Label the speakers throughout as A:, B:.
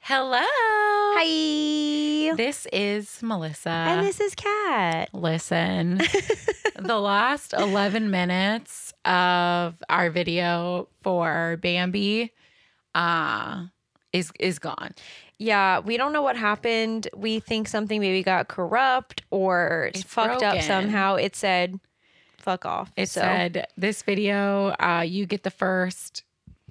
A: Hello.
B: Hi.
A: This is Melissa.
B: And this is Kat.
A: Listen, the last 11 minutes of our video for Bambi uh, is is gone.
B: Yeah, we don't know what happened. We think something maybe got corrupt or
A: It's
B: fucked
A: broken.
B: up somehow. It said, fuck off.
A: It
B: So,
A: said this video, uh, you get the first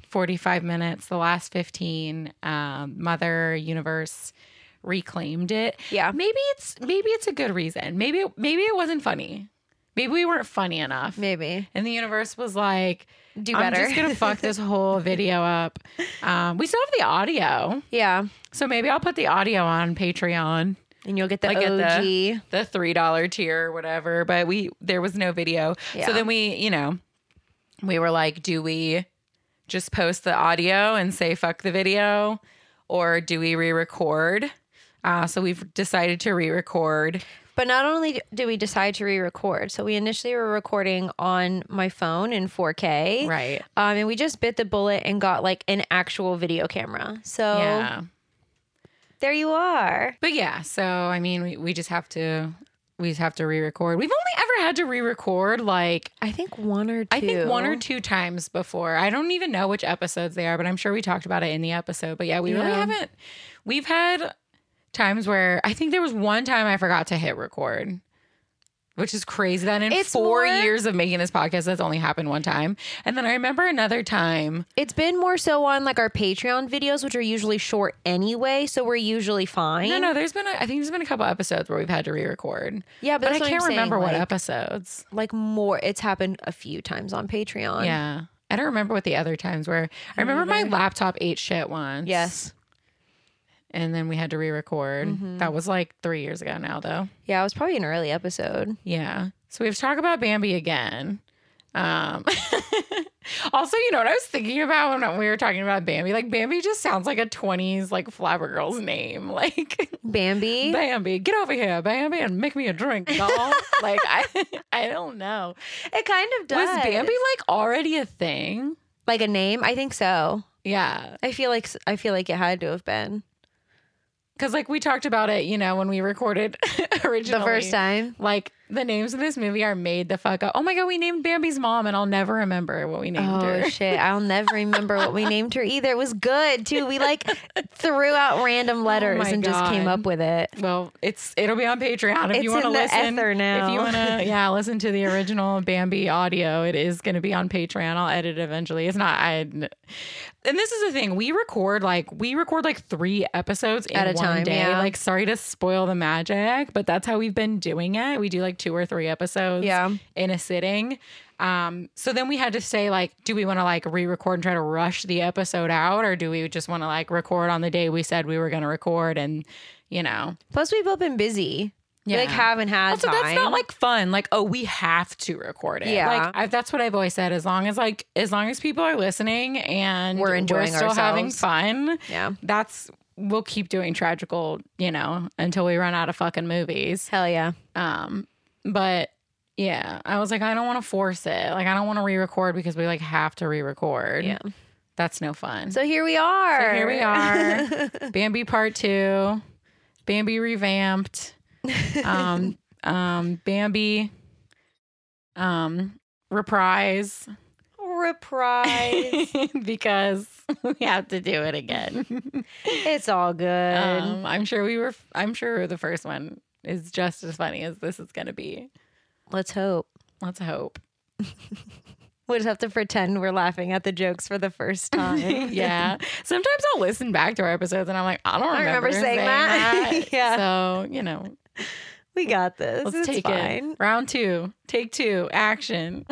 A: 45 minutes, the last 15. Um, Mother Universe reclaimed it.
B: yeah.
A: Maybe it's maybe it's a good reason. Maybe maybe it wasn't funny. Maybe we weren't funny enough.
B: Maybe.
A: And the universe was like,
B: Do
A: I'm
B: better.
A: just gonna fuck this whole video up. Um, we still have the audio,
B: yeah.
A: so maybe I'll put the audio on Patreon,
B: And you'll get the
A: Like at the-
B: OG.
A: the three dollar tier or whatever. But we there was no video,
B: Yeah.
A: so then we, you know, we were like, do we just post the audio and say fuck the video, or do we re-record? Uh, so we've decided to re-record.
B: But not only did we decide to re record, so we initially were recording on my phone in 4K.
A: Right.
B: Um, and we just bit the bullet and got like an actual video camera. So
A: Yeah.
B: there you are.
A: But yeah, so I mean, we, we just have to we just have to re-record. We've only ever had to re-record like
B: I think one or two.
A: I think one or two times before. I don't even know which episodes they are, but I'm sure we talked about it in the episode. But yeah, we really
B: Yeah.
A: haven't. We've had times where I think there was one time I forgot to hit record, which is crazy. That in
B: It's
A: four
B: more-
A: years of making this podcast, that's only happened one time. And then I remember another time.
B: It's been more so on like our Patreon videos, which are usually short anyway, so we're usually fine.
A: No, no, there's been a, I think there's been a couple episodes where we've had to re-record,
B: Yeah, but,
A: but I
B: that's what I'm
A: can't remember
B: saying,
A: what
B: like,
A: episodes.
B: Like more, it's happened a few times on Patreon.
A: Yeah. I don't remember what the other times were. I
B: don't
A: remember my
B: either.
A: laptop ate shit once.
B: Yes. Mm-hmm.
A: And then we had to re record. That was like three years ago now, though.
B: Yeah, it was probably an early episode.
A: Yeah. So we have to talk about Bambi again. Um, also, you know what I was thinking about when we were talking about Bambi? Like, Bambi just sounds like a 20s, like, flapper girl's name. Like,
B: Bambi.
A: Bambi, get over here, Bambi, and make me a drink, doll. like, I, I don't know.
B: it kind of does.
A: Was Bambi, like, already a thing?
B: like a name? I think so.
A: Yeah.
B: I feel like s- I feel like it had to have been
A: Because like we talked about it, you know, when we recorded originally.
B: the first time.
A: Like the names of this movie are made the fuck up. Oh my god, we named Bambi's mom, and I'll never remember what we named
B: oh
A: her.
B: shit! I'll never remember what we named her either. It was good too. We like threw out random letters
A: Oh my
B: and just came
A: God.
B: up with it.
A: Well, it's it'll be on Patreon if
B: It's
A: you want to
B: in the
A: listen.
B: ether now.
A: If you want to, yeah, listen to the original Bambi audio. It is going to be on Patreon. I'll edit it eventually. It's not. I. And this is the thing. We record like we record like three episodes in
B: At a
A: one
B: time,
A: day.
B: yeah.
A: Like, sorry to spoil the magic, but that's how we've been doing it. We do like two or three episodes.
B: Yeah.
A: in a sitting. Um, so then we had to say like, do we want to like re-record and try to rush the episode out, or do we just want to like record on the day we said we were going to record and, you know,
B: Plus, we've both been busy. We like
A: Yeah.
B: haven't had
A: also
B: time.
A: that's not like fun. Like, oh, we have to record it.
B: Yeah.
A: like I, that's what I've always said. As long as like, as long as people are listening and
B: We're enjoying
A: still having
B: ourselves.
A: fun,
B: yeah.
A: that's we'll keep doing tragical, you know, until we run out of fucking movies.
B: Hell yeah.
A: Um, but yeah, I was like, I don't want to force it. Like, I don't want to re-record because we like have to re-record.
B: Yeah.
A: that's no fun.
B: So here we are.
A: So here we are, Bambi Part Two, Bambi revamped, um, um, Bambi, um, reprise
B: Reprise.
A: because we have to do it again.
B: it's all good.
A: Um, I'm sure we were. I'm sure the first one is just as funny as this is going to be.
B: Let's hope.
A: Let's hope.
B: We'll just have to pretend we're laughing at the jokes for the first time.
A: yeah. Sometimes I'll listen back to our episodes and I'm like, I don't
B: I
A: remember,
B: remember saying that. Yeah.
A: So, you know,
B: We got this.
A: let's
B: it's
A: take
B: fine.
A: it. Round two, take two, action.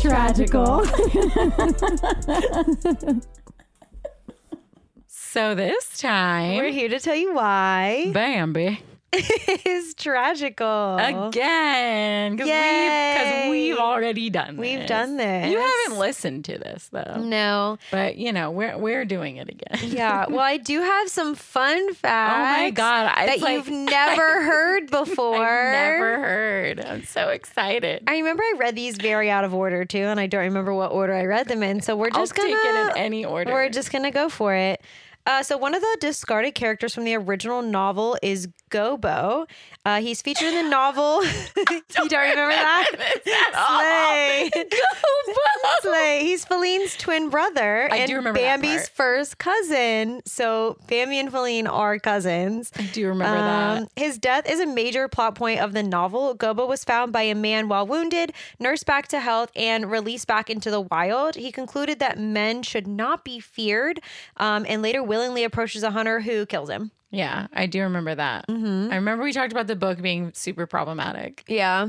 C: tragical.
A: So So this
B: We're
A: time,
B: here to tell you why.
A: Bambi
B: it's tragical.
A: again because we've,
B: Oh. Yay.
A: already done this.
B: We've done this. Mm.
A: You haven't listened to this though,
B: No.
A: but you know we're we're doing it again.
B: Yeah. Well, I do have some fun
A: Oh
B: facts.
A: my god! I,
B: That
A: it's like-
B: you've never heard before.
A: I've never heard. I'm so excited.
B: I remember I read these very out of order too, and I don't remember what order I read them in. So we're
A: I'll
B: just
A: take
B: gonna
A: it in any order.
B: we're just gonna go for it. Uh, so one of the discarded characters from the original novel is Gobo. Uh, he's featured in the novel. you don't remember that? Slay. Slay. He's Feline's twin brother
A: I
B: and
A: do remember that
B: Bambi's
A: part.
B: first cousin. So Bambi and Feline are cousins.
A: I do remember that.
B: Um, His death is a major plot point of the novel. Gobo was found by a man while wounded, nursed back to health, and released back into the wild. He concluded that men should not be feared, um, and later willingly approaches a hunter who kills him.
A: Yeah, I do remember that.
B: Mm-hmm.
A: I remember we talked about the book being super problematic.
B: Yeah.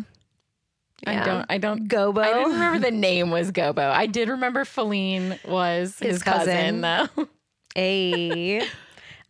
A: I
B: Yeah.
A: don't. I don't.
B: Gobo.
A: I didn't remember the name was Gobo. I did remember Feline was his,
B: His
A: cousin,
B: cousin.
A: though.
B: A.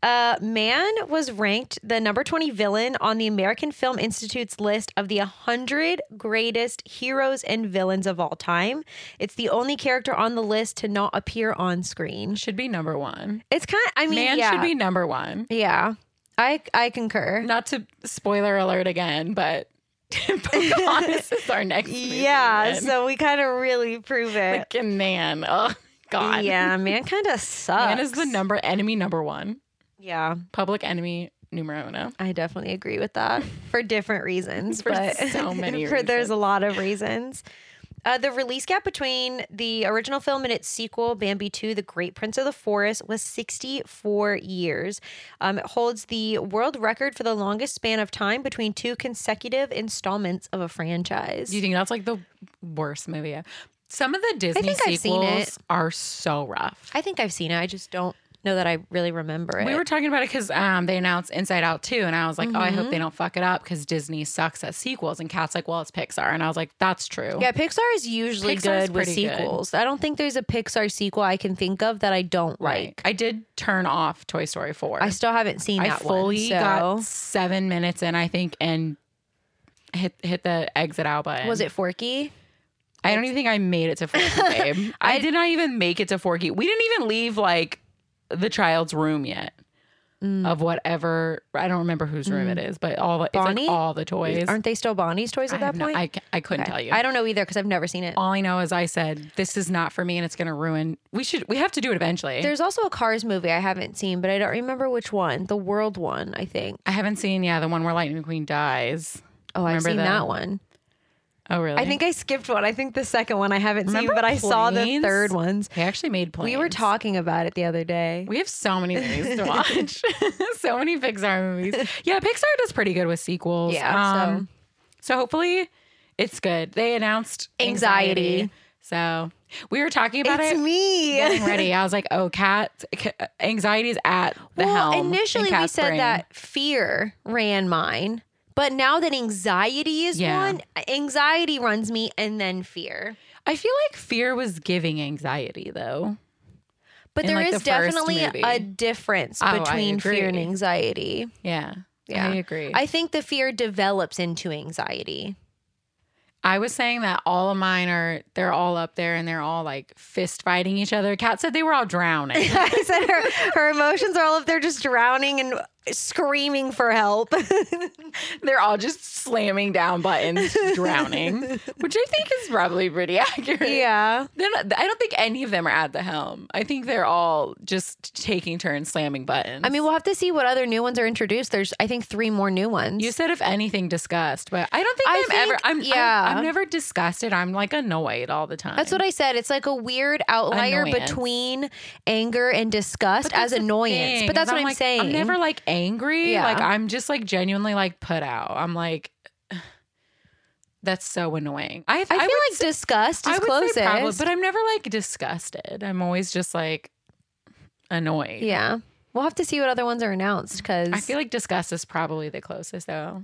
B: Uh, Man was ranked the number 20 villain on the American Film Institute's list of the 100 greatest heroes and villains of all time. It's the only character on the list to not appear on screen.
A: Should be number one.
B: It's kind of, I mean,
A: Man
B: yeah.
A: should be number one.
B: Yeah. I, I concur.
A: Not to spoiler alert again, but Pocahontas is our next movie.
B: Yeah.
A: man.
B: So we kind of really prove it.
A: Freaking man. Oh God.
B: yeah. Man kind of sucks.
A: Man is the number enemy number one.
B: Yeah.
A: Public enemy numero uno.
B: I definitely agree with that for different reasons,
A: For
B: but
A: so many
B: for there's a lot of reasons. Uh, the release gap between the original film and its sequel, Bambi 2, The Great Prince of the Forest, was 64 years. Um, it holds the world record for the longest span of time between two consecutive installments of a franchise.
A: Do you think that's like the worst movie? ever? Some of the Disney
B: think I've seen
A: sequels
B: it.
A: are so rough.
B: I think I've seen it. I just don't know that I really remember it.
A: We were talking about it because um, they announced Inside Out 2, and I was like, oh, I
B: Mm-hmm.
A: hope they don't fuck it up because Disney sucks at sequels. And Kat's like, well, it's Pixar. And I was like, that's true.
B: yeah, Pixar is usually
A: Pixar's
B: good with
A: pretty good.
B: sequels. I don't think there's a Pixar sequel I can think of that I don't like.
A: I did turn off Toy Story 4.
B: I still haven't seen
A: I
B: that
A: fully
B: one.
A: got
B: So
A: seven minutes in, I think, and hit hit the exit out button.
B: was it Forky?
A: I don't even think I made it to Forky, babe. I, did not even make it to Forky. We didn't even leave like the child's room yet
B: Mm.
A: of whatever. I don't remember whose room it is, but all the it's like
B: Bonnie?
A: all the toys.
B: Aren't they still Bonnie's toys
A: I,
B: at that
A: have no-
B: point?
A: I ca- I couldn't tell you.
B: I don't know either because I've never seen it.
A: all I know is I said this is not for me, and it's going to ruin. We should. We have to do it eventually.
B: There's also a Cars movie I haven't seen, but I don't remember which one. The World one, I think.
A: I haven't seen. Yeah, the one where Lightning McQueen dies.
B: Oh, I've
A: Remember
B: seen
A: the-
B: that one.
A: Oh, really?
B: I think I skipped one. I think the second one I haven't
A: Remember
B: seen, but I saw the
A: Planes?
B: third ones.
A: they actually made plans.
B: We were talking about it the other day.
A: We have so many movies to watch. so many Pixar movies. Yeah, Pixar does pretty good with sequels.
B: Yeah,
A: Um, so. hopefully it's good. They announced
B: Anxiety.
A: So we were talking about
B: it's
A: it.
B: me.
A: Getting ready. I was like, oh, cat anxiety is at the
B: well,
A: helm. in
B: initially we
A: Cat's
B: said
A: brain.
B: that fear ran mine, but now that anxiety is
A: Yeah.
B: one, anxiety runs me and then fear.
A: I feel like fear was giving anxiety though.
B: But
A: in,
B: there
A: like,
B: is
A: the first
B: definitely a
A: movie.
B: difference
A: Oh, I
B: between fear and
A: agree.
B: anxiety.
A: Yeah.
B: Yeah.
A: I agree.
B: I think the fear develops into anxiety.
A: I was saying that all of mine are they're all up there and they're all like fist fighting each other. Kat said they were all drowning.
B: I said her, her emotions are all up there just drowning and screaming for help.
A: They're all just slamming down buttons, drowning, which I think is probably pretty accurate.
B: yeah.
A: They're not- I don't think any of them are at the helm. I think they're all just taking turns slamming buttons.
B: I mean, we'll have to see what other new ones are introduced. There's, I think, three more new ones.
A: you said if anything disgust, but I don't think
B: I
A: I'm ever.
B: think-
A: I'm I'm-
B: yeah.
A: I'm, never disgusted. I'm like annoyed all the time.
B: That's what I said. It's like a weird outlier
A: Annoyance.
B: between anger and disgust as annoyance. but that's what I'm,
A: like,
B: saying.
A: I'm never like angry.
B: Yeah.
A: Like I'm just like genuinely like put out. I'm like, that's so annoying. I
B: I,
A: would
B: feel like disgust
A: I
B: is
A: would say
B: closest.
A: probably, but I'm never like disgusted. I'm always just like annoyed.
B: yeah. We'll have to see what other ones are announced because
A: I feel like Disgust is probably the closest though.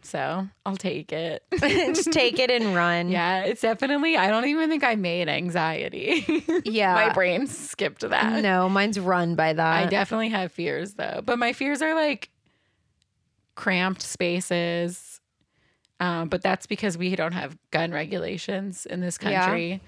A: So I'll take it.
B: Mm-hmm. just take it and run.
A: yeah, it's definitely, I don't even think I made anxiety.
B: Yeah.
A: My brain skipped that.
B: No, mine's run by that.
A: I definitely have fears though, but my fears are like cramped spaces. Um, but that's because we don't have gun regulations in this
B: Yeah.
A: country.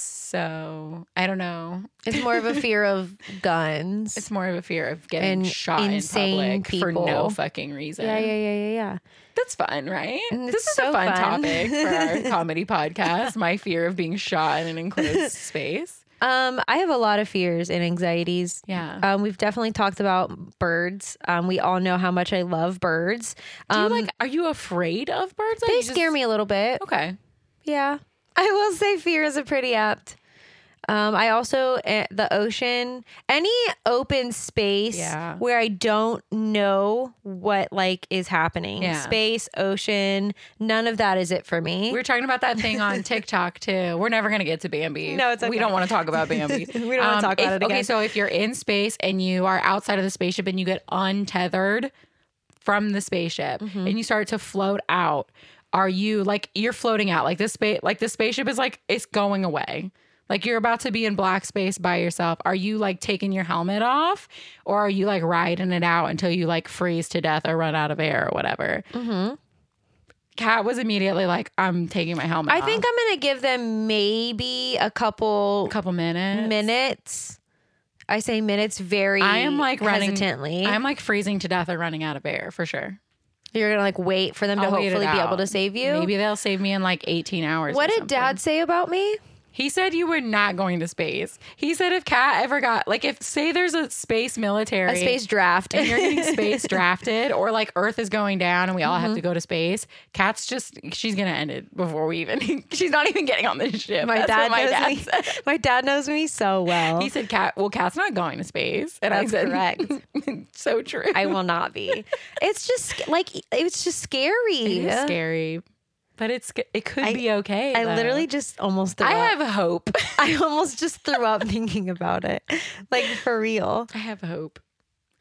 A: So I don't know.
B: it's more of a fear of guns.
A: It's more of a fear of getting
B: And
A: shot in
B: insane
A: public for no
B: people.
A: fucking reason.
B: yeah, yeah, yeah, yeah, yeah.
A: That's fun, right?
B: And
A: This
B: it's
A: is a
B: so
A: fun,
B: fun.
A: topic for our comedy podcast. My fear of being shot in an enclosed space.
B: Um, I have a lot of fears and anxieties.
A: Yeah.
B: Um, we've definitely talked about birds. Um, we all know how much I love birds.
A: Do
B: Um,
A: you like? Are you afraid of birds? Or
B: they
A: you just-
B: scare me a little bit.
A: Okay.
B: Yeah. I will say fear is a pretty apt. Um, I also eh, the ocean, any open space
A: Yeah.
B: where I don't know what like is happening.
A: Yeah.
B: Space, ocean, none of that is it for me.
A: We were talking about that thing on TikTok too. We're never gonna get to Bambi.
B: No, it's
A: We
B: okay.
A: don't want to talk about Bambi. Um,
B: We don't wanna talk about
A: if-
B: it again.
A: Okay, so if you're in space and you are outside of the spaceship and you get untethered from the spaceship
B: Mm-hmm.
A: and you start to float out, are you like you're floating out like this space? Like the spaceship is like it's going away. Like you're about to be in black space by yourself. Are you like taking your helmet off, or are you like riding it out until you like freeze to death or run out of air or whatever?
B: Mm-hmm.
A: Cat was immediately like, "I'm taking my helmet."
B: I think
A: off.
B: I'm gonna give them maybe a couple
A: a couple minutes.
B: minutes. I say minutes very
A: I am like running
B: hesitantly.
A: I'm like freezing to death or running out of air for sure.
B: You're gonna like wait for them to
A: I'll wait it
B: hopefully be
A: out.
B: able to save you.
A: Maybe they'll save me in like 18 hours. or
B: What did
A: something.
B: dad say about me?
A: He said you were not going to space. He said if Cat ever got like if say there's a space military,
B: A space draft.
A: and you're getting space drafted, or like Earth is going down and we all have
B: Mm-hmm.
A: to go to space. Cat's just she's gonna end it before we even. She's not even getting on this ship.
B: my
A: That's
B: dad
A: what
B: e-
A: my
B: knows
A: dad
B: me.
A: said.
B: My dad knows me so well.
A: He said, "Cat, well, Cat's not going to space," and
B: That's
A: I said,
B: correct.
A: so true.
B: I will not be. It's just like e, it's just scary.
A: It is scary, but it's it could
B: I-
A: be okay.
B: I
A: though.
B: literally just almost threw
A: I
B: up.
A: have hope.
B: I almost just threw up thinking about it. Like for real.
A: I have hope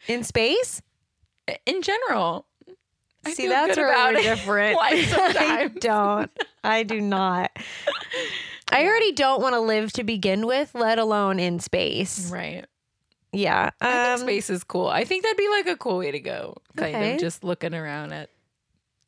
B: In space?
A: in general. I
B: See,
A: feel
B: that's
A: good
B: where
A: about
B: we're
A: it.
B: different.
A: Why
B: I
A: sometimes?
B: don't. I do not. I already don't want to live to begin with, let alone in space.
A: Right.
B: Yeah.
A: I
B: Um,
A: think space is cool. I think that'd be like a cool way to go. Kind
B: Okay.
A: of just looking around at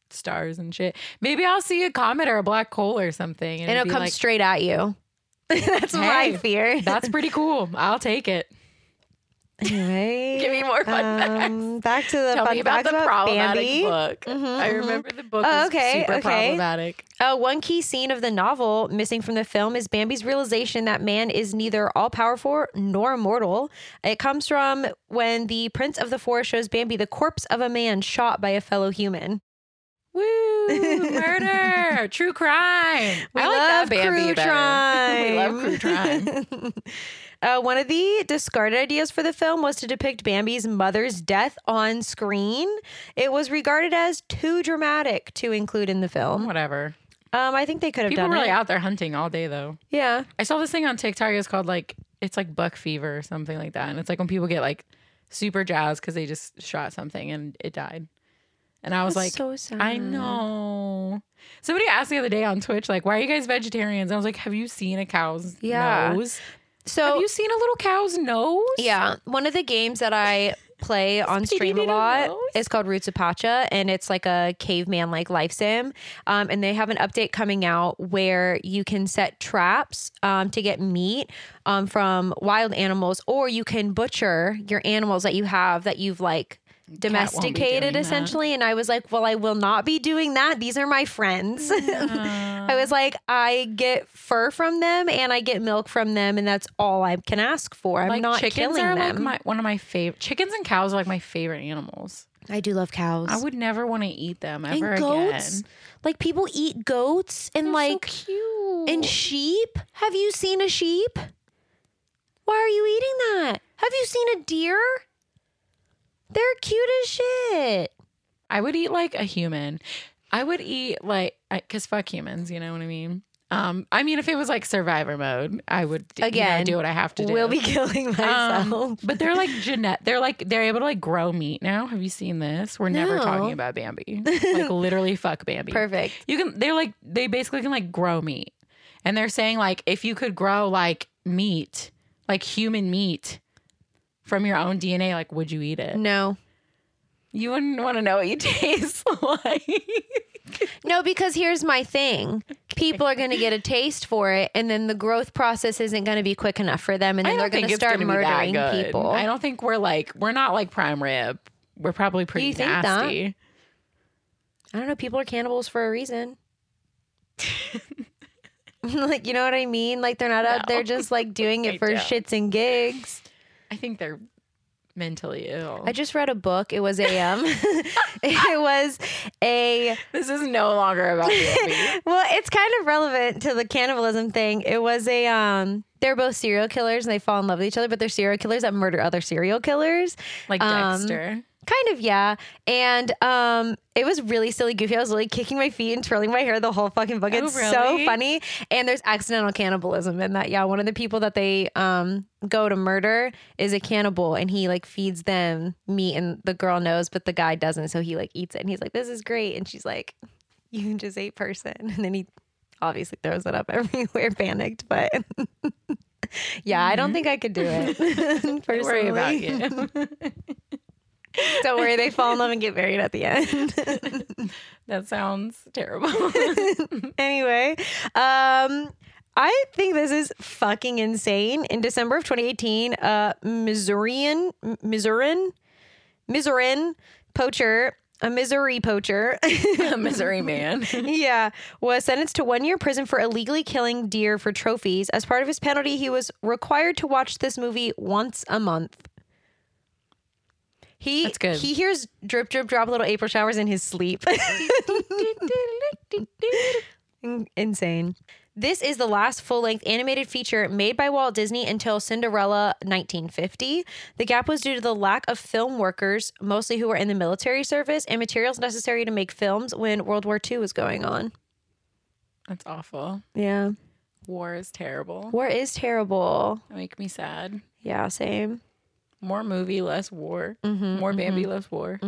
A: stars and shit. Maybe I'll see a comet or a black hole or something. And
B: and
A: be
B: it'll come
A: like,
B: straight at you. That's
A: Hey,
B: my fear.
A: That's pretty cool. I'll take it.
B: anyway.
A: Give me more fun facts.
B: um, back to the
A: Tell
B: fun
A: me about
B: facts
A: the problematic
B: Bambi.
A: book.
B: Mhm,
A: I
B: mhm.
A: remember the book
B: Oh,
A: was
B: okay,
A: super
B: okay.
A: problematic.
B: Uh, one key scene of the novel missing from the film is Bambi's realization that man is neither all powerful nor immortal. It comes from when the Prince of the Forest shows Bambi the corpse of a man shot by a fellow human.
A: Woo! Murder, true crime.
B: We
A: I like that
B: love
A: Bambi
B: crew
A: better. we love crew
B: crime.
A: crime.
B: Uh, one of the discarded ideas for the film was to depict Bambi's mother's death on screen. It was regarded as too dramatic to include in the film.
A: Whatever.
B: Um, I think they could have
A: People
B: done
A: really
B: it.
A: out there hunting all day though.
B: yeah.
A: I saw this thing on TikTok. It's called like it's like buck fever or something like that, and it's like when people get like super jazzed because they just shot something and it died. And I was
B: That's
A: like,
B: so sad.
A: I know. Somebody asked the other day on Twitch, like, why are you guys vegetarians? I was like, have you seen a cow's
B: Yeah.
A: nose?
B: So
A: Have you seen a little cow's nose?
B: Yeah, one of the games that I play on
A: Speedy
B: stream a
A: Noodle
B: lot
A: knows.
B: is called Roots of Pacha, and it's like a caveman like life sim. Um, and they have an update coming out where you can set traps um, to get meat um, from wild animals, or you can butcher your animals that you have that you've like
A: doing
B: domesticated
A: that.
B: essentially and i was like well i will not be doing that these are my friends
A: Uh,
B: I was like, I get fur from them and I get milk from them, and that's all I can ask for. I'm
A: like
B: not
A: chickens
B: killing
A: are
B: them.
A: like my one of my favorite. Chickens and cows are like my favorite animals.
B: I do love cows.
A: I would never want to eat them
B: and
A: ever
B: goats.
A: again.
B: Like people eat goats and like
A: cute.
B: and sheep. Have you seen a sheep? Why are you eating that? Have you seen a deer? They're cute as shit.
A: I would eat like a human. I would eat like, I, cause fuck humans, you know what I mean? Um, I mean, if it was like survivor mode, I would you know,
B: Again,
A: do what I have to do.
B: Will be killing myself.
A: Um, but they're like Jeanette. They're like they're able to like grow meat now. Have you seen this? We're never
B: No.
A: talking about Bambi. Like literally, fuck Bambi.
B: Perfect.
A: You can. They're like they basically can like grow meat, and they're saying like if you could grow like meat, like human meat, from your own DNA, like would you eat it?
B: No.
A: You wouldn't want to know what you taste like.
B: No, because here's my thing. People are going to get a taste for it, and then the growth process isn't going to be quick enough for them, and
A: I
B: then they're
A: don't think
B: going to
A: it's
B: start
A: gonna be that
B: murdering
A: good.
B: people.
A: I don't think we're like we're not like prime rib. We're probably pretty
B: You think that?
A: nasty.
B: I don't know. People are cannibals for a reason. like, you know what I mean? Like, they're not out
A: No.
B: there just like doing
A: I
B: it for
A: don't.
B: shits and gigs.
A: I think they're mentally ill.
B: I just read a book. It was a, um, it was a,
A: this is no longer about Bambi.
B: well, it's kind of relevant to the cannibalism thing. It was a, um, they're both serial killers and they fall in love with each other, but they're serial killers that murder other serial killers.
A: like
B: Um,
A: Dexter.
B: Kind of, yeah. And um, it was really silly, goofy. I was like kicking my feet and twirling my hair the whole fucking book.
A: Oh,
B: It's so
A: really?
B: funny. And there's accidental cannibalism in that. Yeah, one of the people that they um, go to murder is a cannibal, and he like feeds them meat, and the girl knows, but the guy doesn't, so he like eats it, and he's like, "This is great," and she's like, "You just ate person," and then he obviously throws it up everywhere, panicked. But yeah, I don't think I could do it.
A: Mm-hmm. Don't worry about
B: personally.
A: you.
B: Don't worry, they fall in love and get married at the end.
A: that sounds terrible.
B: anyway, um, I think this is fucking insane. In December of 2018, a Missourian, M- Missourian, Missourian poacher, a Missouri poacher,
A: A Missouri man.
B: yeah, was sentenced to one year prison for illegally killing deer for trophies. As part of his penalty, he was required to watch this movie once a month. He
A: That's good.
B: he hears drip drip drop little April showers in his sleep. In- Insane. This is the last full length animated feature made by Walt Disney until Cinderella 1950. The gap was due to the lack of film workers, mostly who were in the military service, and materials necessary to make films when World War II was going on.
A: That's awful.
B: Yeah.
A: War is terrible.
B: War is terrible.
A: That make me sad.
B: Yeah, same.
A: More movie, less war. More Bambi, less war.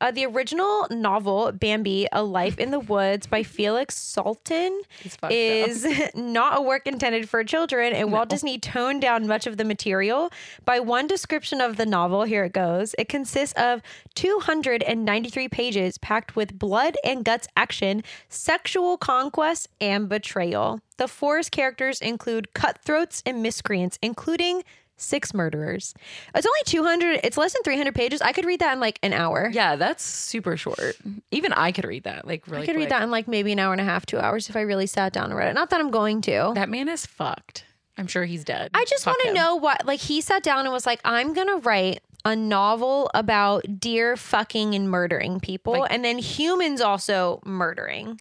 B: Uh, the original novel, Bambi A Life in the Woods by Felix Salten,
A: It's fucked up.
B: is not a work intended for children, and Walt Disney toned down much of the material. By one description of the novel, here it goes it consists of 293 pages packed with blood and guts action, sexual conquest, and betrayal. The forest characters include cutthroats and miscreants, including six murderers. It's only 200, it's less than 300 pages. I could read that in like an hour.
A: Yeah, that's super short. Even I could read that. Like really
B: I could
A: quick.
B: read that in like maybe an hour and a half, two hours if I really sat down and read it. Not that I'm going to.
A: That man is fucked. I'm sure he's dead.
B: I just
A: Fuck
B: want to
A: him.
B: know what, like, he sat down and was like, I'm going to write a novel about deer fucking and murdering people,
A: Like-
B: and then humans also murdering.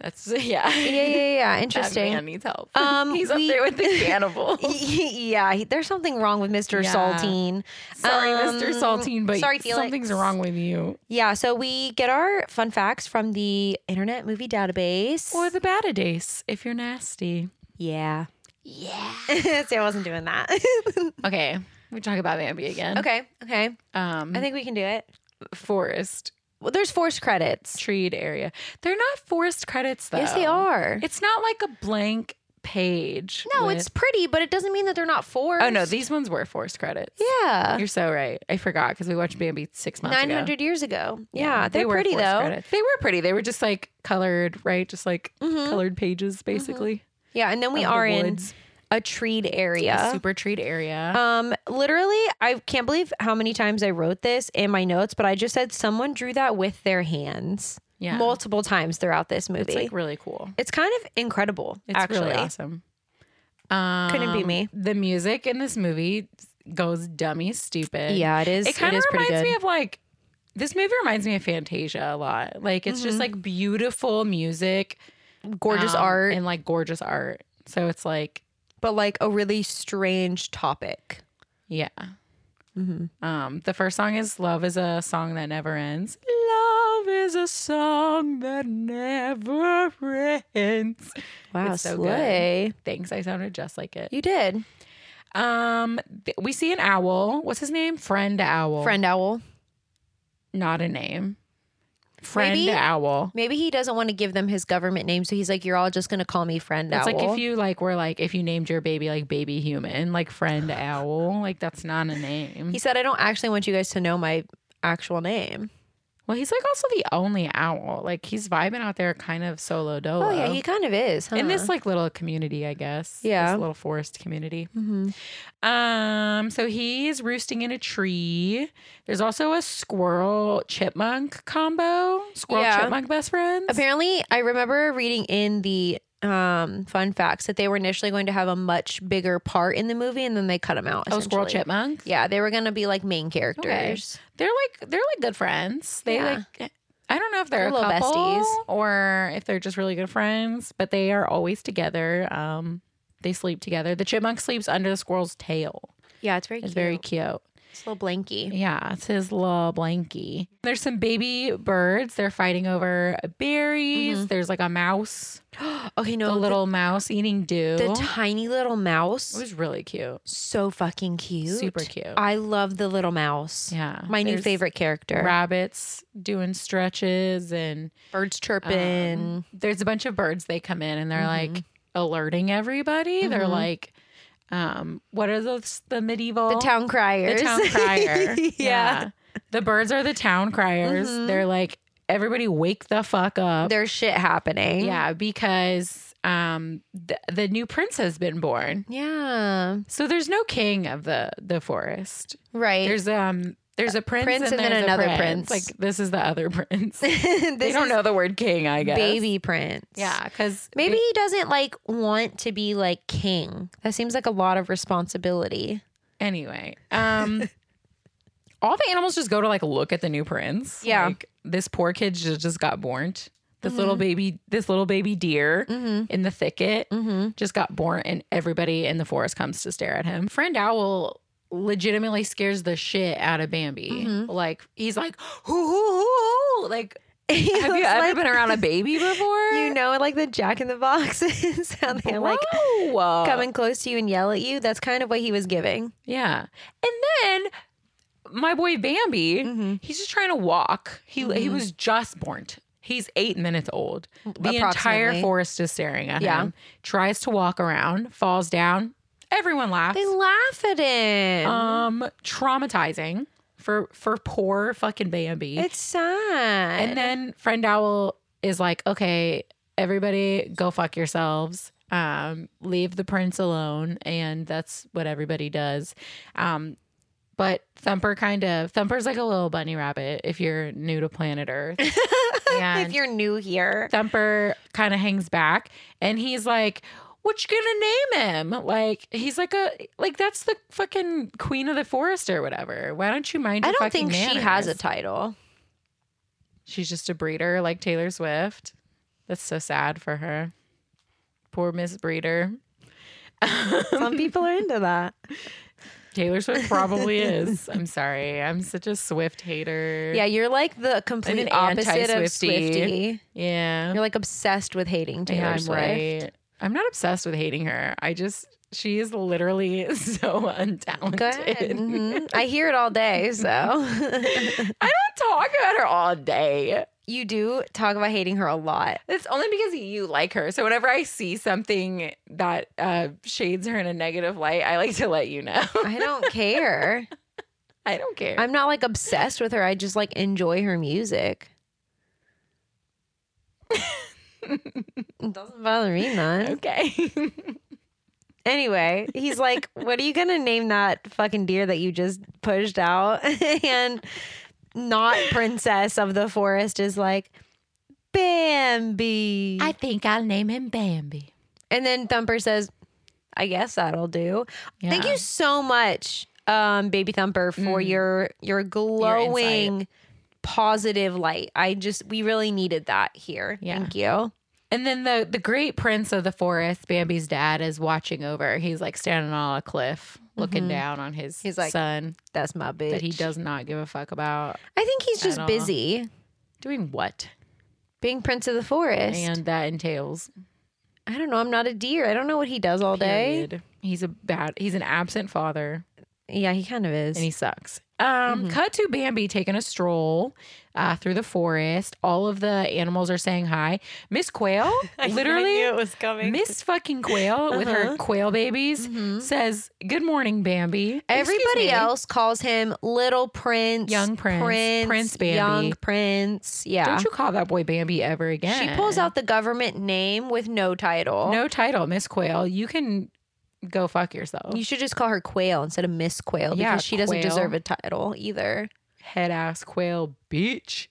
A: That's yeah.
B: Yeah, yeah, yeah.
A: That man
B: Interesting.
A: needs help.
B: Um,
A: he's up
B: we-
A: there with the cannibal.
B: yeah, he, there's something wrong with Mr.
A: Yeah.
B: Saltine.
A: sorry,
B: Um,
A: Mr. Saltine, but
B: sorry, Felix.
A: something's wrong with you.
B: Yeah, so we get our fun facts from the Internet Movie Database.
A: Or the Batadace, if you're nasty.
B: yeah. Yeah. See, I wasn't doing that.
A: Okay, we talk about Bambi again.
B: okay, okay.
A: Um,
B: I think we can do it.
A: forest
B: Well, there's forced credits.
A: treed area. They're not forest credits though.
B: Yes, they are.
A: It's not like a blank page.
B: No,
A: with-
B: it's pretty, but it doesn't mean that they're not forced.
A: Oh no, these ones were forest credits.
B: yeah,
A: You're so right. I forgot because we watched Bambi six months
B: nine
A: ago.
B: hundred years ago. Yeah,
A: They
B: they're
A: were
B: pretty
A: forced
B: though.
A: credits. They were pretty. They were just like colored, right? Just like colored pages, basically.
B: Yeah, and then Mm-hmm. we
A: Of the
B: are in
A: woods.
B: a treed
A: A
B: area.
A: super treat area.
B: Um, literally, I can't believe how many times I wrote this in my notes, but I just said someone drew that with their hands.
A: Yeah.
B: multiple times throughout this movie.
A: it's
B: It's,
A: like really cool.
B: kind of incredible.
A: It's
B: actually,
A: really awesome. Um,
B: Couldn't be me.
A: The music in this movie goes dummy stupid.
B: yeah, it is.
A: It kind of
B: is pretty
A: reminds
B: good.
A: me of like this movie reminds me of Fantasia a lot. Like it's just like beautiful music,
B: Mm-hmm. gorgeous
A: um,
B: art,
A: and like gorgeous art. So it's like
B: but like a really strange topic.
A: Yeah.
B: Mm-hmm.
A: Um, the first song is Love is a Song That Never Ends. Love is is a song that never ends.
B: Wow,
A: It's so good.
B: slay.
A: Thanks, I sounded just like it.
B: You did.
A: Um, th- we see an owl. What's his name? Friend Owl.
B: Friend owl.
A: not a name. Friend
B: Maybe-
A: Owl.
B: Maybe he doesn't want to give them his government name, so he's like, "You're all just gonna call me friend
A: It's
B: owl."
A: like if you like were like if you named your baby like baby human, like friend owl, like that's not a name.
B: he said, "I don't actually want you guys to know my actual name."
A: well, he's like also the only owl. Like he's vibing out there kind of solo dolo.
B: Oh yeah, he kind of is. Huh?
A: in this like little community, I guess.
B: Uh-huh. Yeah.
A: This little forest community.
B: Mhm.
A: Um, so he's roosting in a tree. There's also a squirrel chipmunk combo. Squirrel
B: Yeah.
A: chipmunk best friends.
B: Apparently, I remember reading in the um, fun facts that they were initially going to have a much bigger part in the movie, and then they cut him out.
A: Oh, squirrel
B: essentially.
A: chipmunk.
B: Yeah, they were going to be like main characters.
A: They're like they're like good friends. They
B: Yeah.
A: like I don't know if they're,
B: They're
A: a
B: little
A: couple
B: besties.
A: or if they're just really good friends, but they are always together. Um, they sleep together. The chipmunk sleeps under the squirrel's tail.
B: Yeah, it's very
A: It's
B: cute.
A: very cute.
B: it's a little blanky.
A: Yeah, it's his little blankie. There's some baby birds. They're fighting over berries. There's like a mouse,
B: okay,
A: a
B: Mm-hmm. no,
A: little mouse eating dew.
B: the, the tiny little mouse.
A: it was really cute.
B: so fucking cute.
A: Super cute.
B: I love the little mouse.
A: Yeah.
B: My new
A: There's
B: favorite character.
A: Rabbits doing stretches and
B: Birds
A: Um,
B: chirping.
A: there's a bunch of birds. They come in and they're like
B: Mhm.
A: alerting everybody. They're
B: Mhm.
A: like, um, what are those? The medieval
B: the town
A: the
B: criers.
A: town crier.
B: yeah.
A: the birds are the town criers.
B: Mhm.
A: They're like, everybody, wake the fuck up.
B: There's shit happening.
A: yeah, because um, the, the new prince has been born.
B: Yeah.
A: So there's no king of the the forest.
B: Right.
A: There's um. There's a prince,
B: Prince and then
A: there's a
B: another prince.
A: Like this is the other prince. they
B: they
A: don't know the word king, I guess.
B: Baby Prince.
A: Yeah, because
B: Maybe he doesn't like want to be like king. That seems like a lot of responsibility.
A: Anyway, um, all the animals just go to like look at the new prince.
B: Yeah.
A: like, this poor kid just, just got born. This little baby, this little baby deer
B: Mm-hmm.
A: in the thicket
B: Mm-hmm.
A: just got born, and everybody in the forest comes to stare at him. Friend owl legitimately scares the shit out of Bambi.
B: Mhm.
A: Like he's like, hoo hoo hoo, hoo. Like, have you ever been around a baby before?
B: You know, like the Jack in the Boxes, how they like
A: Bro.
B: coming close to you and yell at you. That's kind of what he was giving.
A: Yeah. And then my boy Bambi,
B: Mhm.
A: he's just trying to walk. He he
B: Mhm.
A: was just born. He's eight minutes old. The
B: Approximately.
A: entire forest is staring at
B: Yeah.
A: him. Tries to walk around, falls down. Everyone laughs.
B: They laugh at him.
A: um, traumatizing for for poor fucking Bambi.
B: it's sad.
A: And then Friend Owl is like, okay, everybody go fuck yourselves. Um, leave the prince alone. And that's what everybody does. Um, but Thumper kind of, Thumper's like a little bunny rabbit if you're new to planet Earth.
B: if
A: and
B: you're new here,
A: Thumper kind of hangs back and he's like, what you gonna name him? Like he's like a like that's the fucking queen of the forest or whatever. Why don't you mind?
B: I
A: your
B: don't
A: fucking
B: think she has
A: manners?"
B: a title.
A: She's just a breeder like Taylor Swift. That's so sad for her. Poor Miss Breeder.
B: Some people are into that.
A: Taylor Swift probably is. I'm sorry. I'm such a Swift hater.
B: Yeah, you're like the complete
A: an
B: opposite of
A: anti-Swiftie.
B: Swifty.
A: Yeah.
B: You're like obsessed with hating Taylor
A: yeah, I'm
B: Swift.
A: right. I'm not obsessed with hating her. I just she is literally so untalented.
B: Good. Mhm. I hear it all day. So
A: I don't talk about her all day.
B: you do talk about hating her a lot.
A: It's only because you like her. So whenever I see something that uh, shades her in a negative light, I like to let you know.
B: I don't care.
A: I don't care.
B: I'm not like obsessed with her. I just like enjoy her music. it doesn't bother me none.
A: okay.
B: Anyway, he's like, "What are you gonna name that fucking deer that you just pushed out?" and not princess of the forest is like Bambi.
A: think I'll name him Bambi.
B: And then Thumper says, I guess that'll do.
A: Yeah.
B: Thank you so much, um, Baby Thumper, for
A: Mm.
B: your your glowing positive light. I just we really needed that here.
A: Yeah.
B: Thank you.
A: And then the the great prince of the forest, Bambi's dad, is watching over. He's like standing on a cliff, looking
B: Mhm.
A: down on his
B: He's like,
A: son
B: That's my bitch.
A: that he does not give a fuck about.
B: I think he's
A: at
B: just
A: all.
B: busy.
A: Doing what?
B: Being Prince of the Forest.
A: And that entails
B: I don't know. I'm not a deer. I don't know what he does all day.
A: period. He's a bad. He's an absent father,
B: Yeah, he kind of is.
A: and he sucks. Um,
B: Mm-hmm.
A: cut to Bambi taking a stroll uh, through the forest. All of the animals are saying hi. Miss Quail, literally
B: it Uh-huh. was coming.
A: Miss fucking Quail with her quail babies says, "Good morning, Bambi." Excuse
B: Mm-hmm. Everybody
A: me.
B: else calls him Little Prince,
A: Young Prince, Prince Bambi.
B: Young Prince. Yeah.
A: don't you call that boy Bambi ever again?
B: she pulls out the government name with no title.
A: no title, Miss Quail. You can go fuck yourself,
B: You should just call her Quail instead of Miss Quail because
A: Yeah,
B: she doesn't
A: Quail.
B: deserve a title either.
A: head ass quail bitch.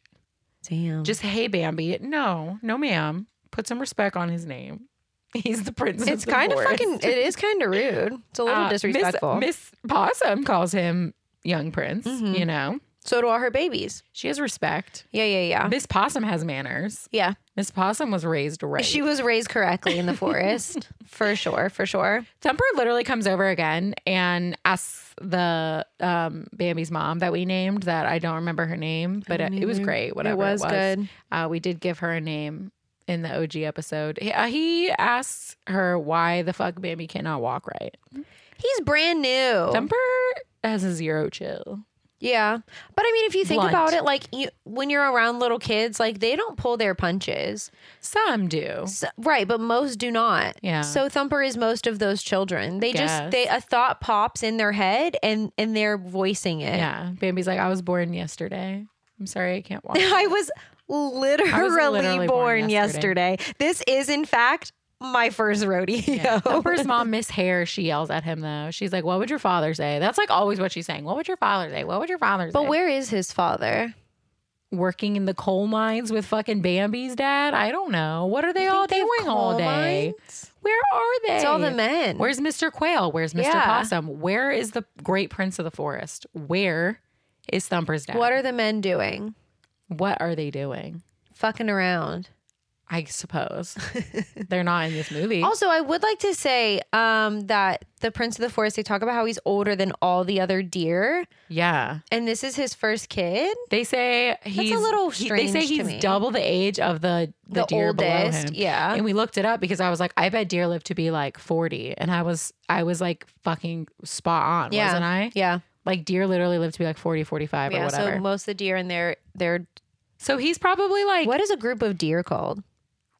B: Damn.
A: Just hey Bambi. No, no, ma'am. Put some respect on his name. He's the prince.
B: it's
A: of the
B: kind of
A: forest.
B: fucking. It is kind of rude. It's a little
A: Uh, Miss-
B: disrespectful.
A: Miss, Possum calls him young prince.
B: Mhm.
A: You know,
B: so do all her babies.
A: she has respect.
B: Yeah, yeah, yeah,
A: Miss Possum has manners.
B: yeah.
A: Miss Possum was raised right.
B: She was raised correctly in the forest, for sure, for sure.
A: Thumper literally comes over again and asks the um, Bambi's mom that we named that I don't remember her name, but it,
B: don't
A: it was
B: either.
A: great. Whatever
B: it was good.
A: Uh, we did give her a name in the OG episode. He, uh, he asks her why the fuck Bambi cannot walk right.
B: He's brand new.
A: Thumper has a zero chill.
B: Yeah. But I mean, if you think
A: Blunt.
B: about it, like you, when you're around little kids, like they don't pull their punches.
A: Some do.
B: So- right. But most do not.
A: Yeah.
B: So Thumper is most of those children. They
A: Guess.
B: just, they, a thought pops in their head and, and they're voicing it.
A: Yeah. Bambi's like, I was born yesterday. I'm sorry I can't walk.
B: I was literally,
A: literally
B: born,
A: born
B: yesterday. This is, in fact, my first rodeo.
A: Yeah. Thumper's mom, Miss Hare, she yells at him though. She's like, "What would your father say?" That's like always what she's saying. What would your father say? What would your father say?
B: But where is his father?
A: working in the coal mines with fucking Bambi's dad? I don't know. What are they all
B: they have
A: doing all
B: coal
A: day? Where are they?
B: It's all the men.
A: Where's Mr. Quail? Where's Mr.
B: Yeah.
A: Possum? Where is the great prince of the forest? Where is Thumper's dad?
B: what are the men doing?
A: what are they doing?
B: Fucking around.
A: I suppose they're not in this movie.
B: Also, I would like to say um, that the Prince of the Forest, they talk about how he's older than all the other deer,
A: yeah.
B: and this is his first kid,
A: They say he's
B: little
A: he-
B: strange
A: they say
B: to
A: he's
B: me.
A: double the age of the the, deer below
B: oldest.
A: him.
B: Yeah.
A: And we looked it up because I was like, I bet deer live to be like forty, and I was I was like fucking spot on,
B: Yeah.
A: wasn't I?
B: Yeah.
A: Like deer literally lived to be like 40, 45 or
B: Yeah.
A: whatever.
B: So
A: So,
B: most of the deer in there, they're.
A: he's probably like
B: What is a group of deer called?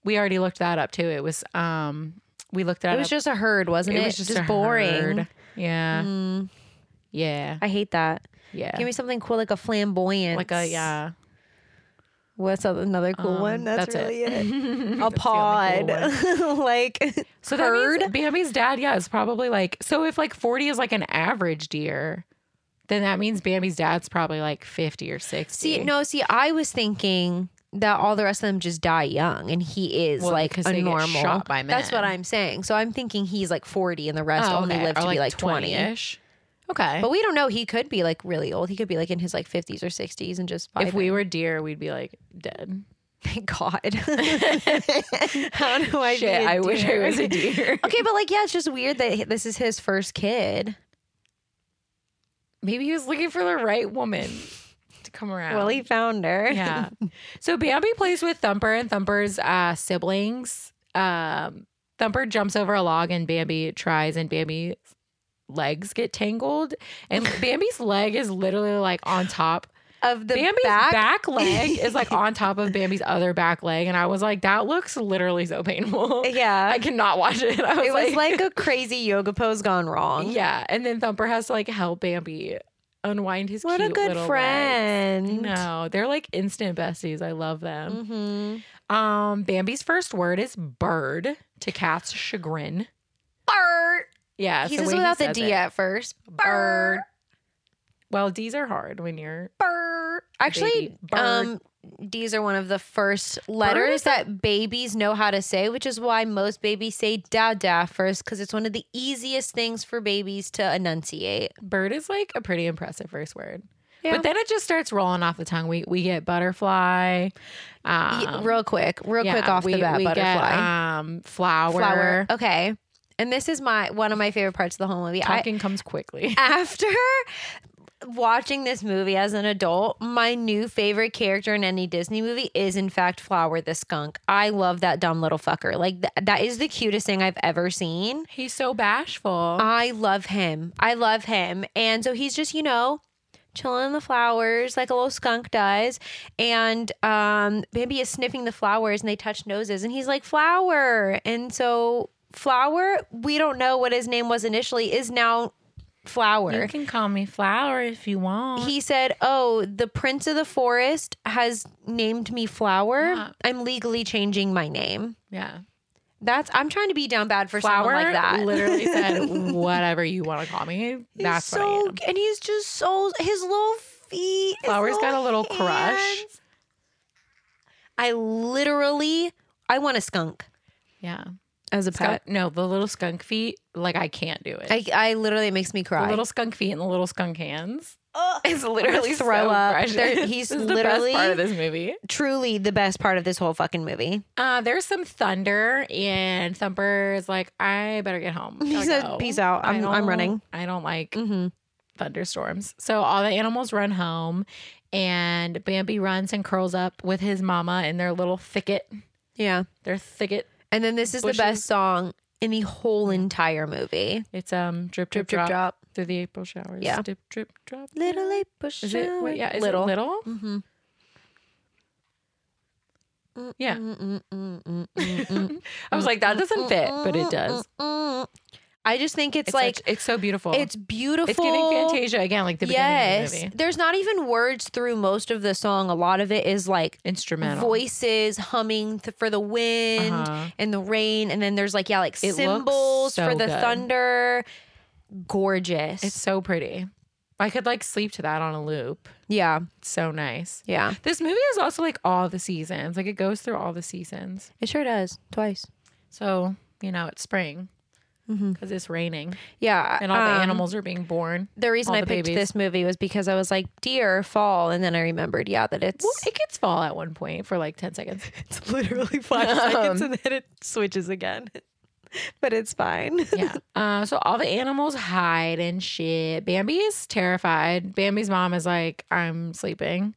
A: we already looked that up too. It was um we looked that
B: It was
A: up.
B: just a herd, wasn't it?
A: a
B: boring. Mm-hmm.
A: herd. Yeah. Yeah.
B: I hate that.
A: Yeah.
B: Give me something cool, like a flamboyant.
A: like a yeah.
B: What's a- another cool
A: Um,
B: one?
A: that's
B: That's,
A: it.
B: really it.
A: That's the
B: A
A: only cool
B: pod.
A: one.
B: like
A: So that
B: herd.
A: means Bambi's dad, yeah, is probably like so if like 40 is like an average deer, then that means Bambi's dad's probably like 50 or 60.
B: See, no, see, I was thinking that all the rest of them just die young, and he is
A: Well,
B: like
A: because
B: a
A: they get
B: normal.
A: shot by
B: That's what
A: men. Oh,
B: I'm saying. So I'm thinking he's like 40, and the rest only live
A: Or,
B: to be like 20.
A: ish. Okay.
B: But we don't know. He could be like really old. He could be like in his like 50s or 60s, and just
A: if we were deer, we'd be like dead.
B: thank God. How do I? be
A: Shit,
B: a
A: I wish I
B: deer?
A: was a deer.
B: Okay, but like, yeah, it's just weird that he- this is his first kid.
A: Maybe he was looking for the right woman to come around.
B: Well, he found her.
A: yeah. So Bambi plays with Thumper and Thumper's uh, siblings. Um, Thumper jumps over a log and Bambi tries, and Bambi's legs get tangled. And Bambi's leg is literally like on top.
B: Of the
A: Bambi's back,
B: back,
A: leg is like on top of Bambi's other back leg. And I was like, that looks literally so painful.
B: yeah,
A: I cannot watch it. I was
B: it was like a crazy yoga pose gone wrong.
A: yeah. And then Thumper has to like help Bambi unwind his
B: What a
A: cute
B: good
A: little legs.
B: friend.
A: No, they're like instant besties. I love them.
B: Mm-hmm.
A: Um, Bambi's first word is bird to Kat's chagrin.
B: Bird.
A: Yeah, it's
B: he
A: the
B: says
A: way
B: without the
A: says
B: D
A: it.
B: at first.
A: Bird.
B: Bird.
A: Well, D's are hard when you're
B: Bird. Actually,
A: Baby. Bird.
B: um, D's are one of the first letters
A: is
B: that babies know how to say, which is why most babies say dada first because it's one of the easiest things for babies to enunciate.
A: bird is like a pretty impressive first word.
B: Yeah.
A: But then it just starts rolling off the tongue. We we get butterfly. Um,
B: Ye- real quick, real
A: yeah,
B: quick off
A: we-
B: the bat,
A: we get,
B: butterfly.
A: um, flower.
B: flower. Okay. And this is my one of my favorite parts of the whole movie. I,
A: Talking comes quickly.
B: after watching this movie as an adult, my new favorite character in any Disney movie is, in fact, Flower the skunk. I love that dumb little fucker. Like, th- that is the cutest thing I've ever seen.
A: He's so bashful.
B: I love him. I love him. And so he's just, you know, chilling in the flowers like a little skunk does. And um, Bambi is sniffing the flowers and they touch noses and he's like, flower. And so flower, we don't know what his name was initially, is now flower.
A: you can call me Flower if you want.
B: He said, Oh, the prince of the forest has named me flower.
A: Yeah.
B: I'm legally changing my name.
A: yeah.
B: That's I'm trying to be down bad for
A: Flower
B: someone like that.
A: literally said, whatever you want to call me. That's
B: so,
A: what I am.
B: cu- And he's just so his little feet. his
A: Flower's got a little crush.
B: hands. I literally I want a skunk
A: Yeah.
B: as a
A: Skunk, no, the little skunk feet, like I can't do it.
B: I, I literally it makes me
A: the
B: cry.
A: little skunk feet and the little skunk hands.
B: Ugh.
A: It's literally
B: throw
A: so
B: up.
A: precious.
B: There- he's
A: This is the
B: literally-
A: best part of this movie.
B: truly the best part of this whole fucking movie.
A: Uh, there's some thunder, and Thumper is like, "I better get home."
B: He
A: Gotta
B: said,
A: go.
B: "Peace out.
A: I
B: I'm- I'm
A: don't-
B: running."
A: I don't like
B: Mm-hmm.
A: thunderstorms." So all the animals run home, and Bambi runs and curls up with his mama in their little thicket.
B: Yeah.
A: Their thicket.
B: And then this is
A: Bushes.
B: the best song in the whole entire movie.
A: It's um drip drip drop, through the April showers.
B: Yeah.
A: drip drip drop.
B: Little April
A: Is it? Eh, Wait, yeah, is
B: little.
A: it little?
B: Mm-hmm.
A: Yeah.
B: Mm-mm-mm-mm-mm-mm.
A: I was like, that doesn't fit, but it does. It's,
B: Mm-mm. I just think it's, like
A: such- it's so beautiful.
B: it's beautiful.
A: it's giving Fantasia again, like the beginning
B: yes,
A: of the movie.
B: there's not even words through most of the song. A lot of it is like
A: Instrumental
B: voices humming th- for the wind
A: Uh-huh.
B: and the rain, and then there's like yeah, like
A: It looks
B: symbols
A: so
B: for the
A: good.
B: thunder. Gorgeous.
A: It's so pretty. I could like sleep to that on a loop.
B: yeah,
A: It's so nice.
B: yeah.
A: This movie is also like all the seasons. Like it goes through all the seasons.
B: It sure does twice.
A: So, you know, it's spring
B: Mhm.
A: because it's raining
B: Yeah,
A: and all the
B: um,
A: animals are being born.
B: The reason
A: all
B: I
A: the
B: picked
A: babies.
B: this movie was because I was like deer fall, and then I remembered yeah that it's
A: Well, it gets fall at one point for like 10 seconds.
B: it's literally five
A: seconds
B: and then it switches again. But it's fine.
A: yeah. Uh, so all the animals hide and shit. Bambi is terrified. Bambi's mom is like, I'm sleeping.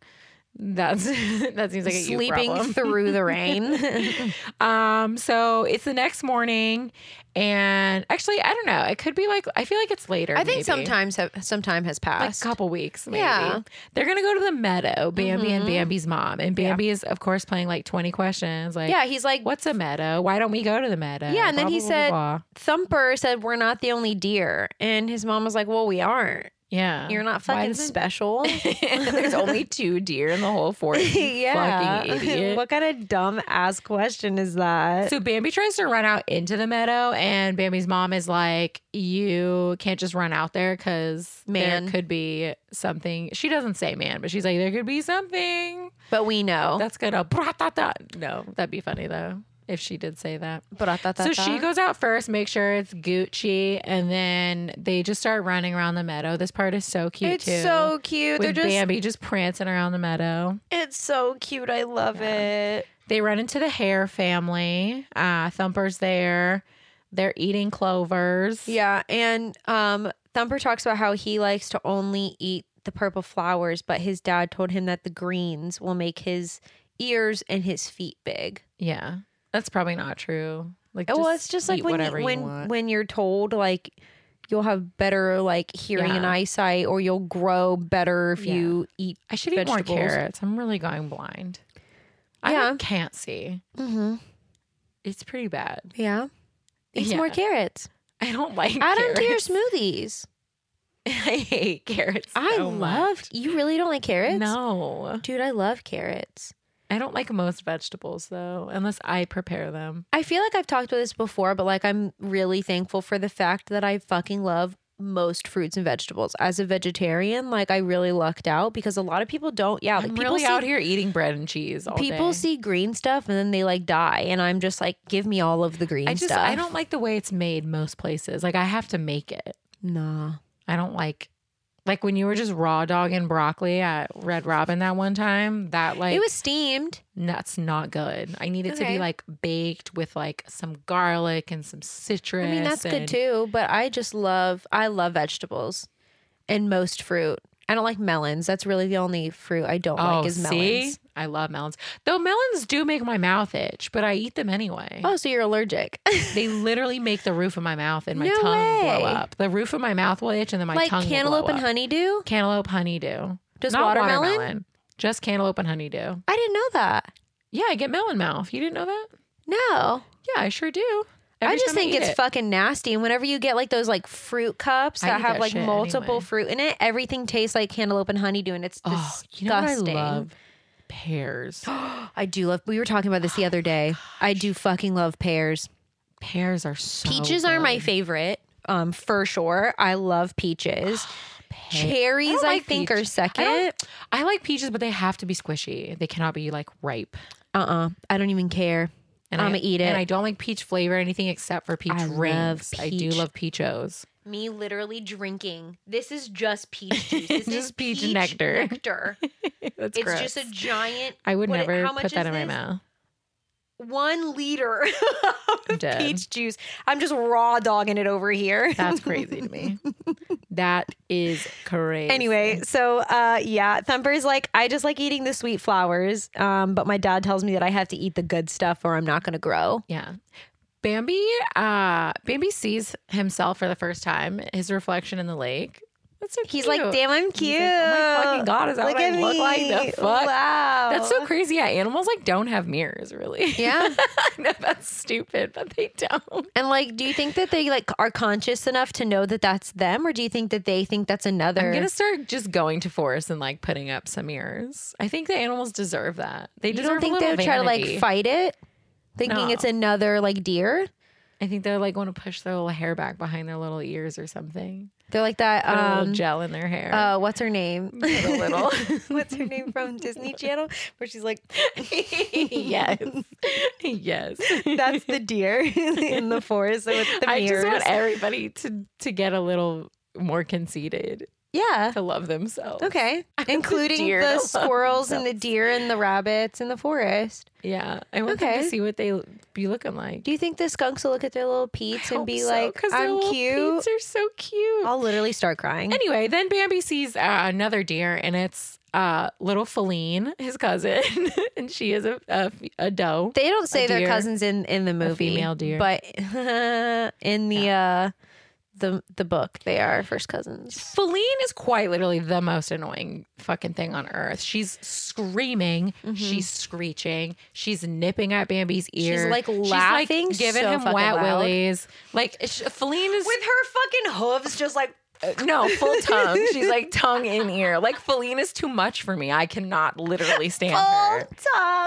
A: That's that seems like a you problem.
B: Sleeping through the rain.
A: Um, so it's the next morning, and actually, I don't know. It could be like I feel like it's later.
B: I think
A: maybe.
B: sometimes have, some time has
A: Like a
B: passed.
A: couple weeks, maybe.
B: Yeah.
A: They're gonna go to the meadow, Bambi and
B: Mhm.
A: Bambi's mom. And Bambi is, of course, playing like 20 questions. Like,
B: yeah, he's like
A: what's a meadow? Why don't we go to the meadow?
B: Yeah, and then
A: Blah,
B: he
A: blah, blah,
B: said-
A: blah, blah.
B: Thumper said we're not the only deer, and his mom was like, "Well, we aren't.
A: Yeah.
B: You're not
A: Why
B: fucking
A: doesn't-
B: special."
A: There's only two deer in the whole forest. you
B: yeah.
A: Fucking idiot.
B: what kind of dumb ass question is that?
A: So Bambi tries to run out into the meadow, and Bambi's mom is like, "You can't just run out there because there
B: Man.
A: could be something." She doesn't say man, but she's like, "There could be something
B: but we know.
A: that's gonna." bra-ta-ta." No, that'd be funny though if she did say that.
B: but I thought
A: So she goes out first, make sure it's Gucci, and then they just start running around the meadow. This part is so cute
B: It's
A: too.
B: so cute. They're
A: with
B: just
A: Bambi just prancing around the meadow.
B: It's so cute. I love it.
A: They run into the Hare family. Uh, Thumper's there. They're eating clovers.
B: Yeah, and um Thumper talks about how he likes to only eat the purple flowers, but his dad told him that the greens will make his ears and his feet big.
A: Yeah. That's probably not true. Like,
B: well, it's just like
A: eat
B: when you,
A: whatever you
B: when
A: want.
B: when you're told like you'll have better like hearing and
A: Yeah.
B: eyesight or you'll grow better if
A: Yeah.
B: you eat.
A: I should eat more
B: vegetables.
A: carrots. I'm really going blind. I
B: Yeah.
A: like, can't see.
B: Mm-hmm.
A: It's pretty bad.
B: Yeah. Eat some
A: Yeah.
B: more carrots.
A: I don't like.
B: Add them to your
A: carrots.
B: smoothies.
A: I hate carrots.
B: I
A: so much.
B: love. You really don't like carrots?
A: No,
B: Dude, I love carrots.
A: I don't like most vegetables though, unless I prepare them.
B: I feel like I've talked about this before, but like I'm really thankful for the fact that I fucking love most fruits and vegetables. As a vegetarian, like I really lucked out because a lot of people don't. Yeah, like
A: I'm
B: people
A: really
B: see,
A: out here eating bread and cheese all
B: people
A: day.
B: see green stuff and then they like die, and I'm just like, give me all of the green
A: I just
B: stuff.
A: I don't like the way it's made most places. Like I have to make it.
B: Nah.
A: I don't like like when you were just raw dog and broccoli at Red Robin that one time. That like
B: it was steamed.
A: that's not good. I need it to be
B: Okay.
A: like baked with like some garlic and some citrus.
B: I mean, that's good
A: and-
B: too, but I just love I love vegetables and most fruit. I don't like melons. That's really the only fruit I don't like is melons.
A: Oh, I love melons. Though melons do make my mouth itch, but I eat them anyway.
B: Oh, so you're allergic.
A: They literally make the roof of my mouth and my
B: No
A: tongue blow
B: way.
A: up. The roof of my mouth will itch and then my
B: like
A: tongue
B: cantaloupe
A: will blow
B: and
A: up.
B: honeydew?
A: Cantaloupe honeydew.
B: Just
A: Not
B: watermelon?
A: Just cantaloupe and honeydew.
B: I didn't know that.
A: Yeah, I get melon mouth. You didn't know that?
B: No.
A: Yeah, I sure do.
B: I
A: Every
B: just
A: time
B: think
A: eat
B: it's
A: it.
B: fucking nasty. And whenever you get like those like fruit cups
A: I
B: that
A: eat
B: have
A: that
B: like
A: shit
B: multiple
A: anyway.
B: fruit in it, everything tastes like cantaloupe and honeydew, and it's
A: Oh,
B: disgusting.
A: you know what I love? Pears.
B: I do love. We were talking about this the other day. I do fucking love pears.
A: pears are so
B: Peaches are my
A: good.
B: favorite, um, for sure. I love peaches.
A: I
B: Cherries,
A: don't
B: I,
A: like
B: think, are
A: peach. I
B: second. Uh
A: don't- I like peaches, but they have to be squishy. They cannot be like ripe.
B: uh I don't even care.
A: And
B: I'ma
A: I-
B: eat
A: And
B: it.
A: I don't like peach flavor or anything except for peach
B: I love
A: rings. I do
B: peach.
A: love peachos.
B: Me literally drinking. This is just peach juice. This is
A: Just peach nectar.
B: nectar.
A: That's
B: It's just a giant.
A: I would
B: what-
A: never
B: how much
A: put that in
B: is
A: my
B: this?
A: mouth.
B: One liter
A: I'm
B: of
A: dead.
B: peach juice. I'm just raw dogging it over here.
A: That's crazy to me. that is crazy.
B: Anyway, so uh, yeah, Thumper's like, I just like eating the sweet flowers, um, but my dad tells me that I have to eat the good stuff or I'm not going to grow.
A: Yeah. Bambi uh Bambi sees himself for the first time, his reflection in the lake. That's so
B: He's
A: cute.
B: like, damn, I'm cute.
A: He's like, oh my fucking god, is that
B: look
A: what I
B: at me.
A: look like? The fuck?
B: Wow.
A: That's so crazy. Yeah, animals like don't have mirrors, really.
B: Yeah.
A: I know that's stupid, but they don't.
B: And like, do you think that they like are conscious enough to know that that's them, or do you think that they think that's another?
A: I'm gonna start just going to forests and like putting up some mirrors. I think the animals deserve that. They
B: you
A: deserve
B: don't
A: a
B: think they
A: little
B: would try to like
A: vanity.
B: fight it, thinking
A: No.
B: it's another like deer?
A: I think they're like want to push their little hair back behind their little ears or something.
B: They're like that.
A: Put a little
B: Um,
A: gel in their hair.
B: uh, what's her name?
A: Put a little.
B: what's her name from Disney Channel? Where she's like,
A: yes. yes.
B: That's the deer in the forest with the
A: I
B: mirrors.
A: just want everybody to to get a little more conceited,
B: yeah.
A: to love themselves.
B: Okay.
A: want the
B: Including
A: deer to
B: the
A: love
B: squirrels and the deer and the rabbits in the forest.
A: Yeah. I want them
B: Okay.
A: to see what they be looking like.
B: Do you think the skunks will look at their little peats and be like,
A: because
B: I'm cute?
A: They're so cute.
B: I'll literally start crying.
A: anyway, then Bambi sees uh, another deer, and it's uh, little Feline, his cousin, and she is a a, a doe.
B: they don't say their
A: deer.
B: cousins in, in the movie.
A: female deer.
B: But in the uh the the book, they are first cousins.
A: Feline is quite literally the most annoying fucking thing on earth. She's screaming,
B: Mm-hmm.
A: she's screeching, she's nipping at Bambi's ear.
B: like, laughing
A: giving
B: so
A: him
B: fucking
A: wet
B: loud.
A: willies. Like sh- Feline is
B: her fucking hooves just like
A: no full tongue. She's like tongue in ear. Like Feline is too much for me. I cannot literally stand her.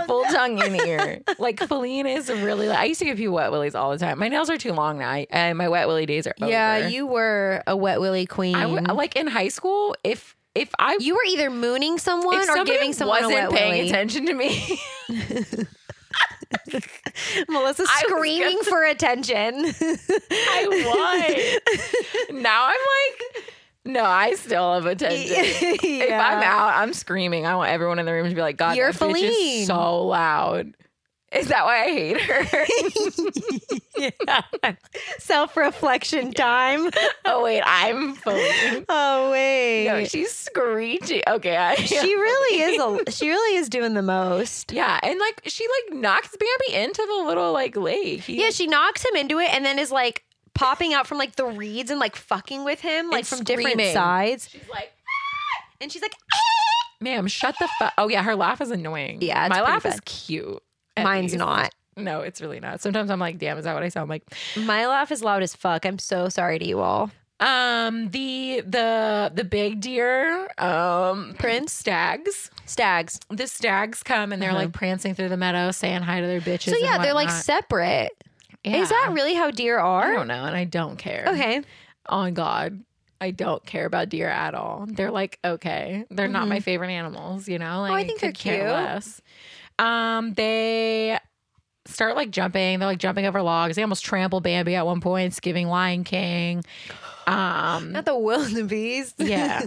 A: Full tongue in ear. Like Feline is really. I used to give you wet willies all the time. My nails are too long now, I- and my wet willy days are over.
B: Yeah, you were a wet willy queen.
A: I w- like in high school. If if I
B: You were either mooning someone
A: if
B: or
A: somebody
B: giving someone
A: wasn't
B: a wet
A: paying
B: willy.
A: attention to me.
B: Melissa
A: was
B: screaming
A: gonna-
B: for attention.
A: I won. now I'm like, no, I still have attention. If I'm out, I'm screaming. I want everyone in the room to be like, God,
B: You're
A: that bitch
B: Feline.
A: is so loud. Is that why I hate her?
B: Self reflection time.
A: oh wait, I'm Feline.
B: Oh wait.
A: No, she's screeching. Okay, I
B: she really is a she really is doing the most.
A: yeah, and like she like knocks Bambi into the little like lake. He-
B: Yeah, she knocks him into it and then is like popping out from like the reeds and like fucking with him like from different
A: screaming.
B: sides.
A: she's like,
B: And she's like, "Ah!"
A: ma'am, shut the fuck. Oh yeah, her laugh is annoying.
B: Yeah, it's
A: my
B: pretty
A: laugh is
B: bad.
A: cute. at
B: mine's
A: least.
B: not.
A: No, it's really not. Sometimes I'm like, damn, is that what I sound like?
B: My laugh is loud as fuck. I'm so sorry to you all.
A: Um, the the the big deer, um,
B: Prince?
A: stags.
B: Stags.
A: The stags come and they're
B: Uh-huh.
A: like prancing through the meadow, saying hi to their bitches.
B: So
A: and
B: yeah, they're like
A: whatnot.
B: separate. Is that
A: Yeah.
B: really how deer
A: I
B: are?
A: don't know, Mm. and I don't care.
B: Okay.
A: On God, I don't care about deer at all. They're like okay, they're not my favorite animals. You know, like
B: Mm-hmm. Oh, I think they're
A: could care
B: cute.
A: less. Um, they start like jumping. They're like jumping over logs. They almost trample Bambi at one point, skipping Lion King. Um,
B: Not the wildebeest.
A: Yeah.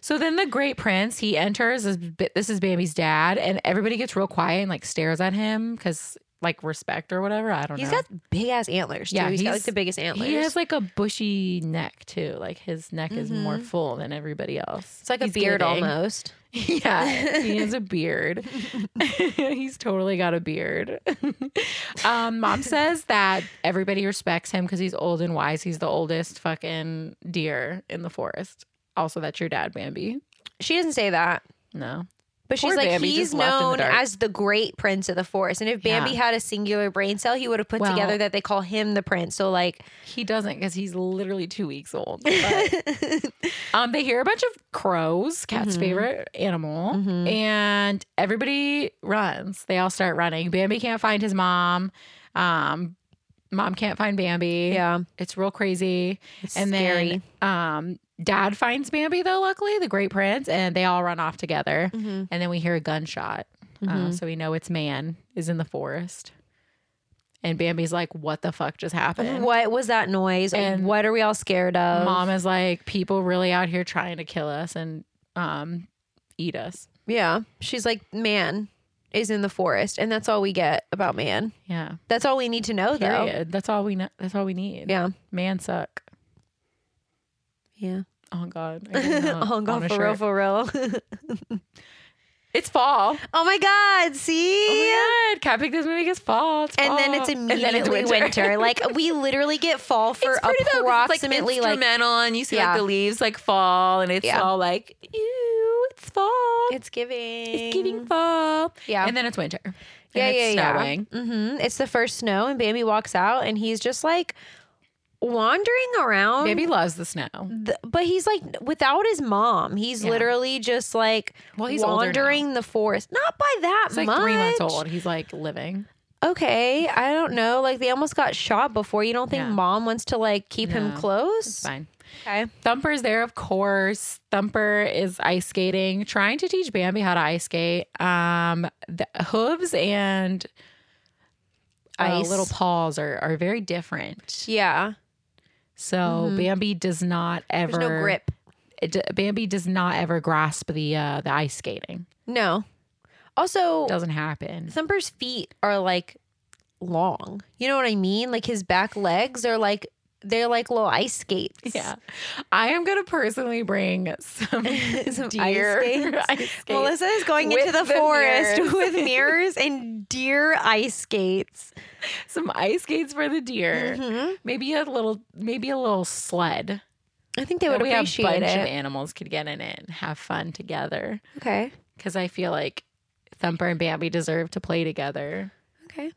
A: so then the great prince, he enters. This, this is Bambi's dad, and everybody gets real quiet and like stares at him because like respect or whatever. I don't
B: He's
A: know.
B: got big ass antlers. Too.
A: Yeah,
B: he's got like
A: he's-
B: the biggest antlers.
A: He has like a bushy neck too. Like his neck is more
B: Mhm.
A: full than everybody else.
B: it's like a
A: He's eh?
B: beard
A: giving.
B: almost.
A: Yeah, he has a beard. He's totally got a beard. um, Mom says that everybody respects him because he's old and wise. He's the oldest fucking deer in the forest. Also, that's your dad, Bambi.
B: She doesn't say that.
A: No,
B: But she's
A: Poor
B: like,
A: Bambi,
B: he's
A: just left in the
B: known
A: dark.
B: as the great prince of the forest. And if Bambi
A: Yeah.
B: had a singular brain cell, he would have put
A: Well-
B: together that they call him the prince. So, like,
A: he doesn't because he's literally two weeks old. But, um, they hear a bunch of crows, cat's
B: Mhm.
A: favorite animal,
B: Mhm.
A: and everybody runs. They all start running. Bambi can't find his mom. Um, mom can't find Bambi.
B: yeah,
A: It's real crazy.
B: it's
A: and
B: scary.
A: then um dad finds Bambi though, luckily, the great prince, and they all run off together. And then we hear a gunshot. Uh,
B: Mhm.
A: so we know it's man is in the forest. And Bambi's like, what the fuck just happened?
B: What was that noise?
A: And-
B: what are we all scared of?
A: Mom is like, people really out here trying to kill us and um eat us.
B: Yeah. She's like, man is in the forest. And that's all we get about man.
A: Yeah.
B: That's all we need to know,
A: Period. That's all we know. That's all we need.
B: though. Yeah.
A: Man suck.
B: Yeah.
A: Oh god. I did not
B: oh,
A: on
B: God,
A: a
B: for real,
A: shirt.
B: for real.
A: It's fall.
B: oh, my God. See?
A: Oh my god. Cat picked this movie is fall. It's
B: and then it's
A: fall. And
B: immediately
A: then it's
B: winter. Like we literally get fall for
A: it's pretty though, 'cause
B: approximately
A: it's like
B: like,
A: instrumental, and you see
B: Yeah.
A: like the leaves like fall, and it's
B: Yeah.
A: all like ew, it's fall, it's,
B: it's giving.
A: giving fall,
B: Yeah.
A: and then it's winter, and
B: yeah,
A: it's
B: yeah,
A: snowing.
B: yeah. Mm-hmm. It's the first snow, and Bambi walks out, and he's just like wandering around.
A: Baby loves the snow.
B: th- but he's like without his mom. He's
A: Yeah.
B: literally just like
A: Well, he's older now.
B: wandering the forest. Not by that
A: It's like
B: much.
A: three months old. He's like living.
B: Okay, I don't know. Like they almost got shot before. You don't think
A: Yeah.
B: mom wants to like keep him
A: No, It's
B: close?
A: fine.
B: Okay.
A: Thumper's there, of course. Thumper is ice skating, trying to teach Bambi how to ice skate. Um, the hooves and uh,
B: Ice.
A: little paws are are very different.
B: Yeah.
A: So
B: Mhm.
A: Bambi does not ever
B: There's no grip.
A: it d- Bambi does not ever grasp the uh, the ice skating.
B: No. Also,
A: Doesn't happen.
B: Thumper's feet are like long. You know what I mean? Like his back legs are like they're like little ice skates.
A: Yeah, I am gonna personally bring some,
B: Some
A: deer
B: ice skates.
A: ice skates.
B: Melissa is going
A: With
B: into the,
A: the
B: forest
A: mirrors.
B: with mirrors and deer ice skates.
A: some ice skates for the deer.
B: Mhm.
A: Maybe a little, maybe a little sled.
B: I think they
A: that
B: would
A: we have a
B: appreciate
A: bunch of
B: it.
A: animals could get in it and have fun together.
B: Okay.
A: Because I feel like Thumper and Bambi deserve to play together.
B: Okay.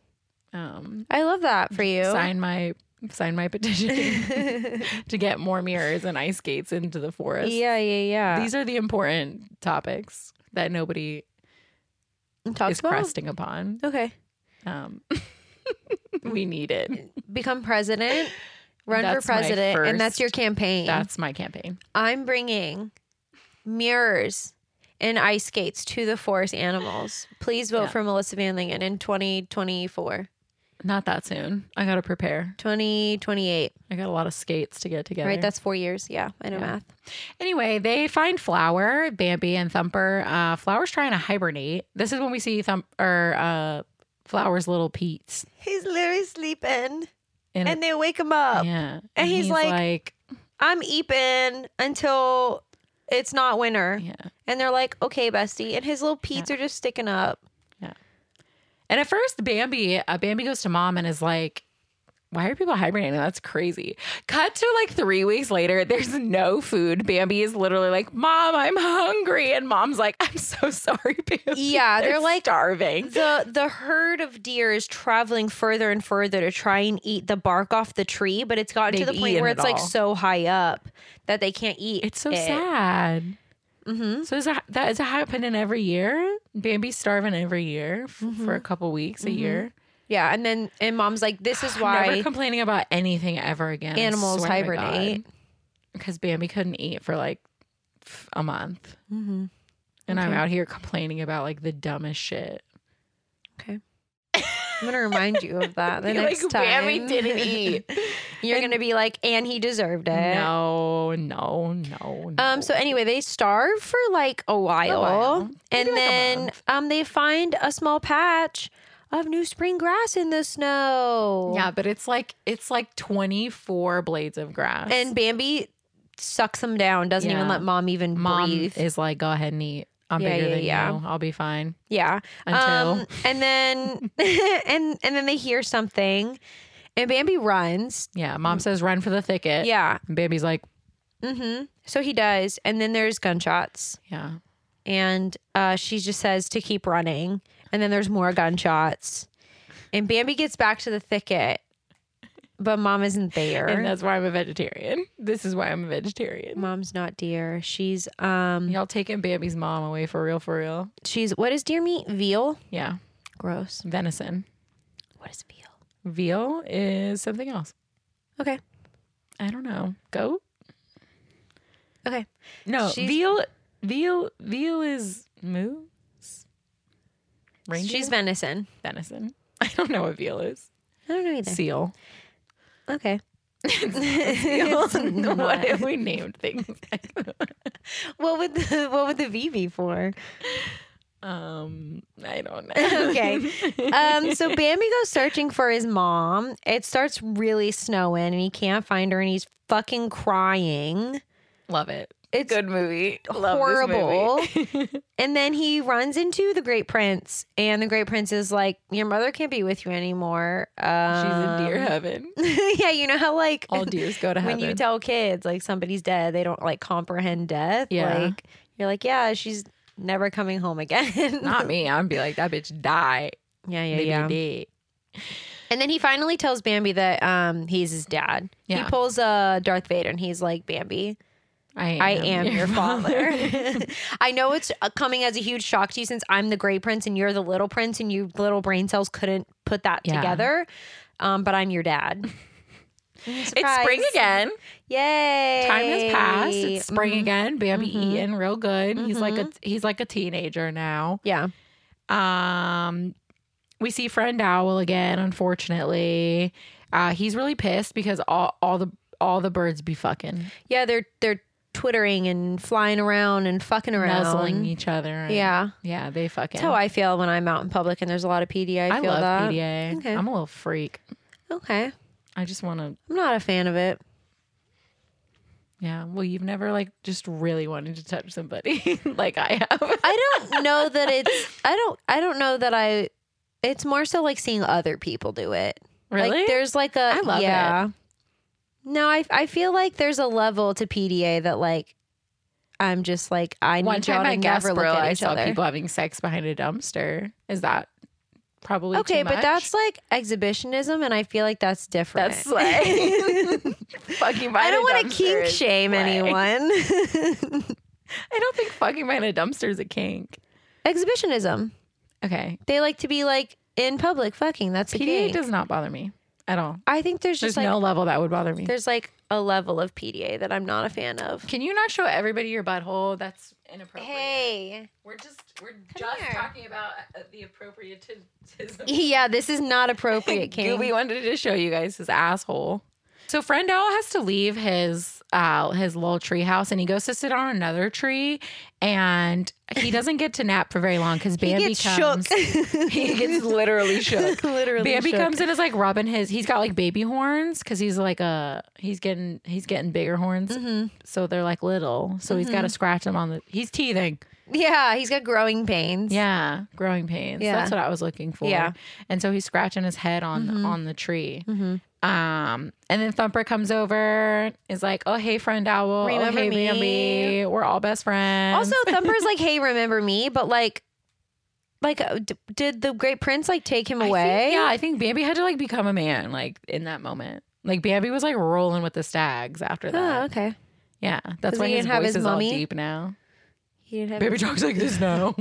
A: Um,
B: I love that for you.
A: sign my sign my petition to get more mirrors and ice skates into the forest.
B: yeah, yeah, yeah.
A: These are the important topics that nobody
B: Talks
A: is
B: about?
A: cresting upon.
B: Okay.
A: Um, we need it.
B: Become president. Run
A: That's
B: for
A: my
B: president, and that's your
A: first-
B: campaign.
A: That's my campaign.
B: I'm bringing mirrors and ice skates to the forest animals. Please vote
A: Yeah.
B: for Melissa Van Lingen in 2024,
A: Not that soon. I got to prepare.
B: 2028.
A: I got a lot of skates to get together.
B: Right? That's four years. Yeah, I know
A: Yeah.
B: math.
A: Anyway, they find Flower, Bambi, and Thumper. Uh, Flower's trying to hibernate. This is when we see Thump or uh, Flower's little Pete's.
B: He's literally sleeping,
A: In
B: and they wake him up.
A: yeah, and,
B: he's like- I'm eeping until it's not winter,
A: like, yeah.
B: and they're like, "Okay, bestie," and his little peats are just sticking up.
A: And at first, Bambi, uh, Bambi goes to mom and is like, "Why are people hibernating? That's crazy." Cut to like three weeks later. There's no food. Bambi is literally like, "Mom, I'm hungry," and mom's like, "I'm so sorry, Bambi."
B: Yeah, they're like-
A: starving.
B: the the herd of deer is traveling further and further to try and eat the bark off the tree, but it's gotten to
A: They've
B: the point
A: eaten
B: where
A: it
B: it's like
A: all.
B: so high up that they can't eat.
A: It's so sad.
B: Mm-hmm.
A: So is that that is that happening every year? Bambi's starving every year f-
B: Mm-hmm.
A: for a couple weeks a year.
B: Yeah, and then and mom's like, "This is
A: Never
B: why
A: complaining about anything ever again.
B: animals hibernate."
A: because Bambi couldn't eat for like f- a month,
B: Mm-hmm.
A: and I'm
B: Okay.
A: out here complaining about like the dumbest shit.
B: I'm gonna remind you of that the
A: Be like,
B: next time.
A: Bambi didn't eat.
B: You're gonna be like, "And he deserved it."
A: no, no, no. no.
B: Um. So anyway, they starve for like a while,
A: while.
B: and
A: Maybe like a
B: then
A: month.
B: um they find a small patch of new spring grass in the snow.
A: Yeah, but it's like it's like 24 blades of grass.
B: And Bambi sucks them down, doesn't even
A: Yeah.
B: let mom even
A: mom
B: breathe.
A: is like, go ahead and eat. I'm
B: Yeah,
A: bigger
B: yeah,
A: than
B: yeah.
A: you. I'll be fine.
B: yeah.
A: Until
B: Um, and then and and then they hear something and Bambi runs.
A: yeah, mom says run for the thicket.
B: Yeah.
A: And Bambi's like,
B: Mhm. So he does and then there's gunshots
A: yeah.
B: and uh she just says to keep running and then there's more gunshots. And Bambi gets back to the thicket but mom isn't there.
A: And that's why I'm a vegetarian. This is why I'm a vegetarian.
B: Mom's not deer. She's um
A: Y'all taking Bambi's mom away for real, for real.
B: she's what is deer meat? Veal?
A: Yeah.
B: Gross.
A: Venison.
B: What is veal?
A: Veal is something else.
B: Okay.
A: I don't know. Goat?
B: Okay.
A: No.
B: She's-
A: veal veal veal is moose. Reindeer?
B: She's venison.
A: venison. I don't know what veal is.
B: I don't know either.
A: Seal.
B: Okay.
A: What
B: It's not.
A: have we named things?
B: What would the what would the V be for?
A: um, I don't know.
B: Okay. Um, so Bambi goes searching for his mom. It starts really snowing and he can't find her and he's fucking crying.
A: Love it.
B: It's
A: Good movie.
B: horrible.
A: Love this movie.
B: And then he runs into the Great Prince and the Great Prince is like, Your mother can't be with you anymore. Um,
A: She's in deer heaven.
B: yeah, you know how like
A: All deers go to
B: when
A: heaven.
B: you tell kids like somebody's dead, they don't like comprehend death.
A: Yeah.
B: Like you're like, Yeah, she's never coming home again.
A: Not me. I'd be like, that bitch die.
B: yeah, yeah,
A: Maybe
B: yeah.
A: dead.
B: And then he finally tells Bambi that um he's his dad. He
A: Yeah.
B: pulls uh Darth Vader and he's like, Bambi,
A: I am,
B: I am your father. I know it's uh, coming as a huge shock to you since I'm the Gray Prince and you're the Little Prince and you little brain cells couldn't put that
A: Yeah.
B: together. Um, but I'm your dad.
A: it's spring again.
B: Yay.
A: Time has passed. It's spring
B: Mhm.
A: again. Bambi
B: Mhm.
A: eating real good. He's like
B: Mm-hmm.
A: a he's like a teenager now.
B: Yeah.
A: Um, we see friend owl again. Unfortunately, uh, he's really pissed because all all the all the birds be fucking
B: Yeah, they're they're twittering and flying around and fucking around.
A: nuzzling each other. and-
B: Yeah.
A: yeah, they fucking.
B: That's how I feel when I'm out in public and there's a lot of PD. I,
A: I
B: feel
A: love
B: that.
A: PDA.
B: Okay.
A: I'm a little freak.
B: Okay.
A: I just want to.
B: I'm not a fan of it.
A: Yeah. Well, you've never like just really wanted to touch somebody like I have.
B: I don't know that it's I don't I don't know that I it's more so like seeing other people do it.
A: Really?
B: Like there's like a
A: I love it.
B: yeah. No, I I feel like there's a level to PDA that like I'm just like I
A: One
B: need y'all
A: time
B: to
A: I guess,
B: never look
A: bro,
B: at
A: I
B: each
A: saw
B: other.
A: people having sex behind a dumpster. Is that probably
B: okay,
A: too
B: but
A: much?
B: that's like exhibitionism and I feel like that's different.
A: That's like fucking.
B: I don't
A: want
B: want to kink shame anyone.
A: I don't think fucking behind a dumpster is a kink.
B: exhibitionism.
A: Okay,
B: They like to be like in public fucking. That's a
A: PDA
B: kink.
A: does not bother me at all.
B: I think there's
A: There's
B: just like
A: no level that would bother me.
B: there's like a level of PDA that I'm not a fan of.
A: Can you not show everybody your butthole? That's inappropriate.
B: Hey.
A: We're just we're
B: just here. talking
A: about uh, the appropriatism.
B: Yeah, this is not appropriate, King.
A: Gooby wanted to show you guys his asshole. So friend owl has to leave his uh his little tree house and he goes to sit on another tree and he doesn't get to nap for very long because
B: he
A: Bambi
B: gets
A: comes.
B: shook.
A: He gets literally shook.
B: literally
A: Bambi
B: shook.
A: comes in as like rubbing his. He's got like baby horns because he's like a he's getting he's getting bigger horns,
B: Mm-hmm.
A: so they're like little. So he's got to scratch them on the. He's teething.
B: Yeah, he's got growing pains.
A: Yeah, growing pains.
B: Yeah.
A: That's what I was looking for.
B: Yeah.
A: and so he's scratching his head on on the tree.
B: Mhm.
A: Um, and then Thumper comes over. Is like, oh hey friend owl,
B: Remember
A: oh hey
B: me?"
A: Bambi, we're all best friends.
B: Also, Thumper's like, "Hey, remember me?" But like, like, uh, d- did the Great Prince like take him
A: I think-
B: away?
A: yeah, I think Bambi had to like become a man like in that moment. Like Bambi was like rolling with the stags after that.
B: Oh, okay.
A: Yeah, that's
B: 'Cause
A: why
B: he
A: his
B: didn't have
A: voice
B: his
A: is
B: mummy?
A: all deep now.
B: He didn't have.
A: Baby talks like this now.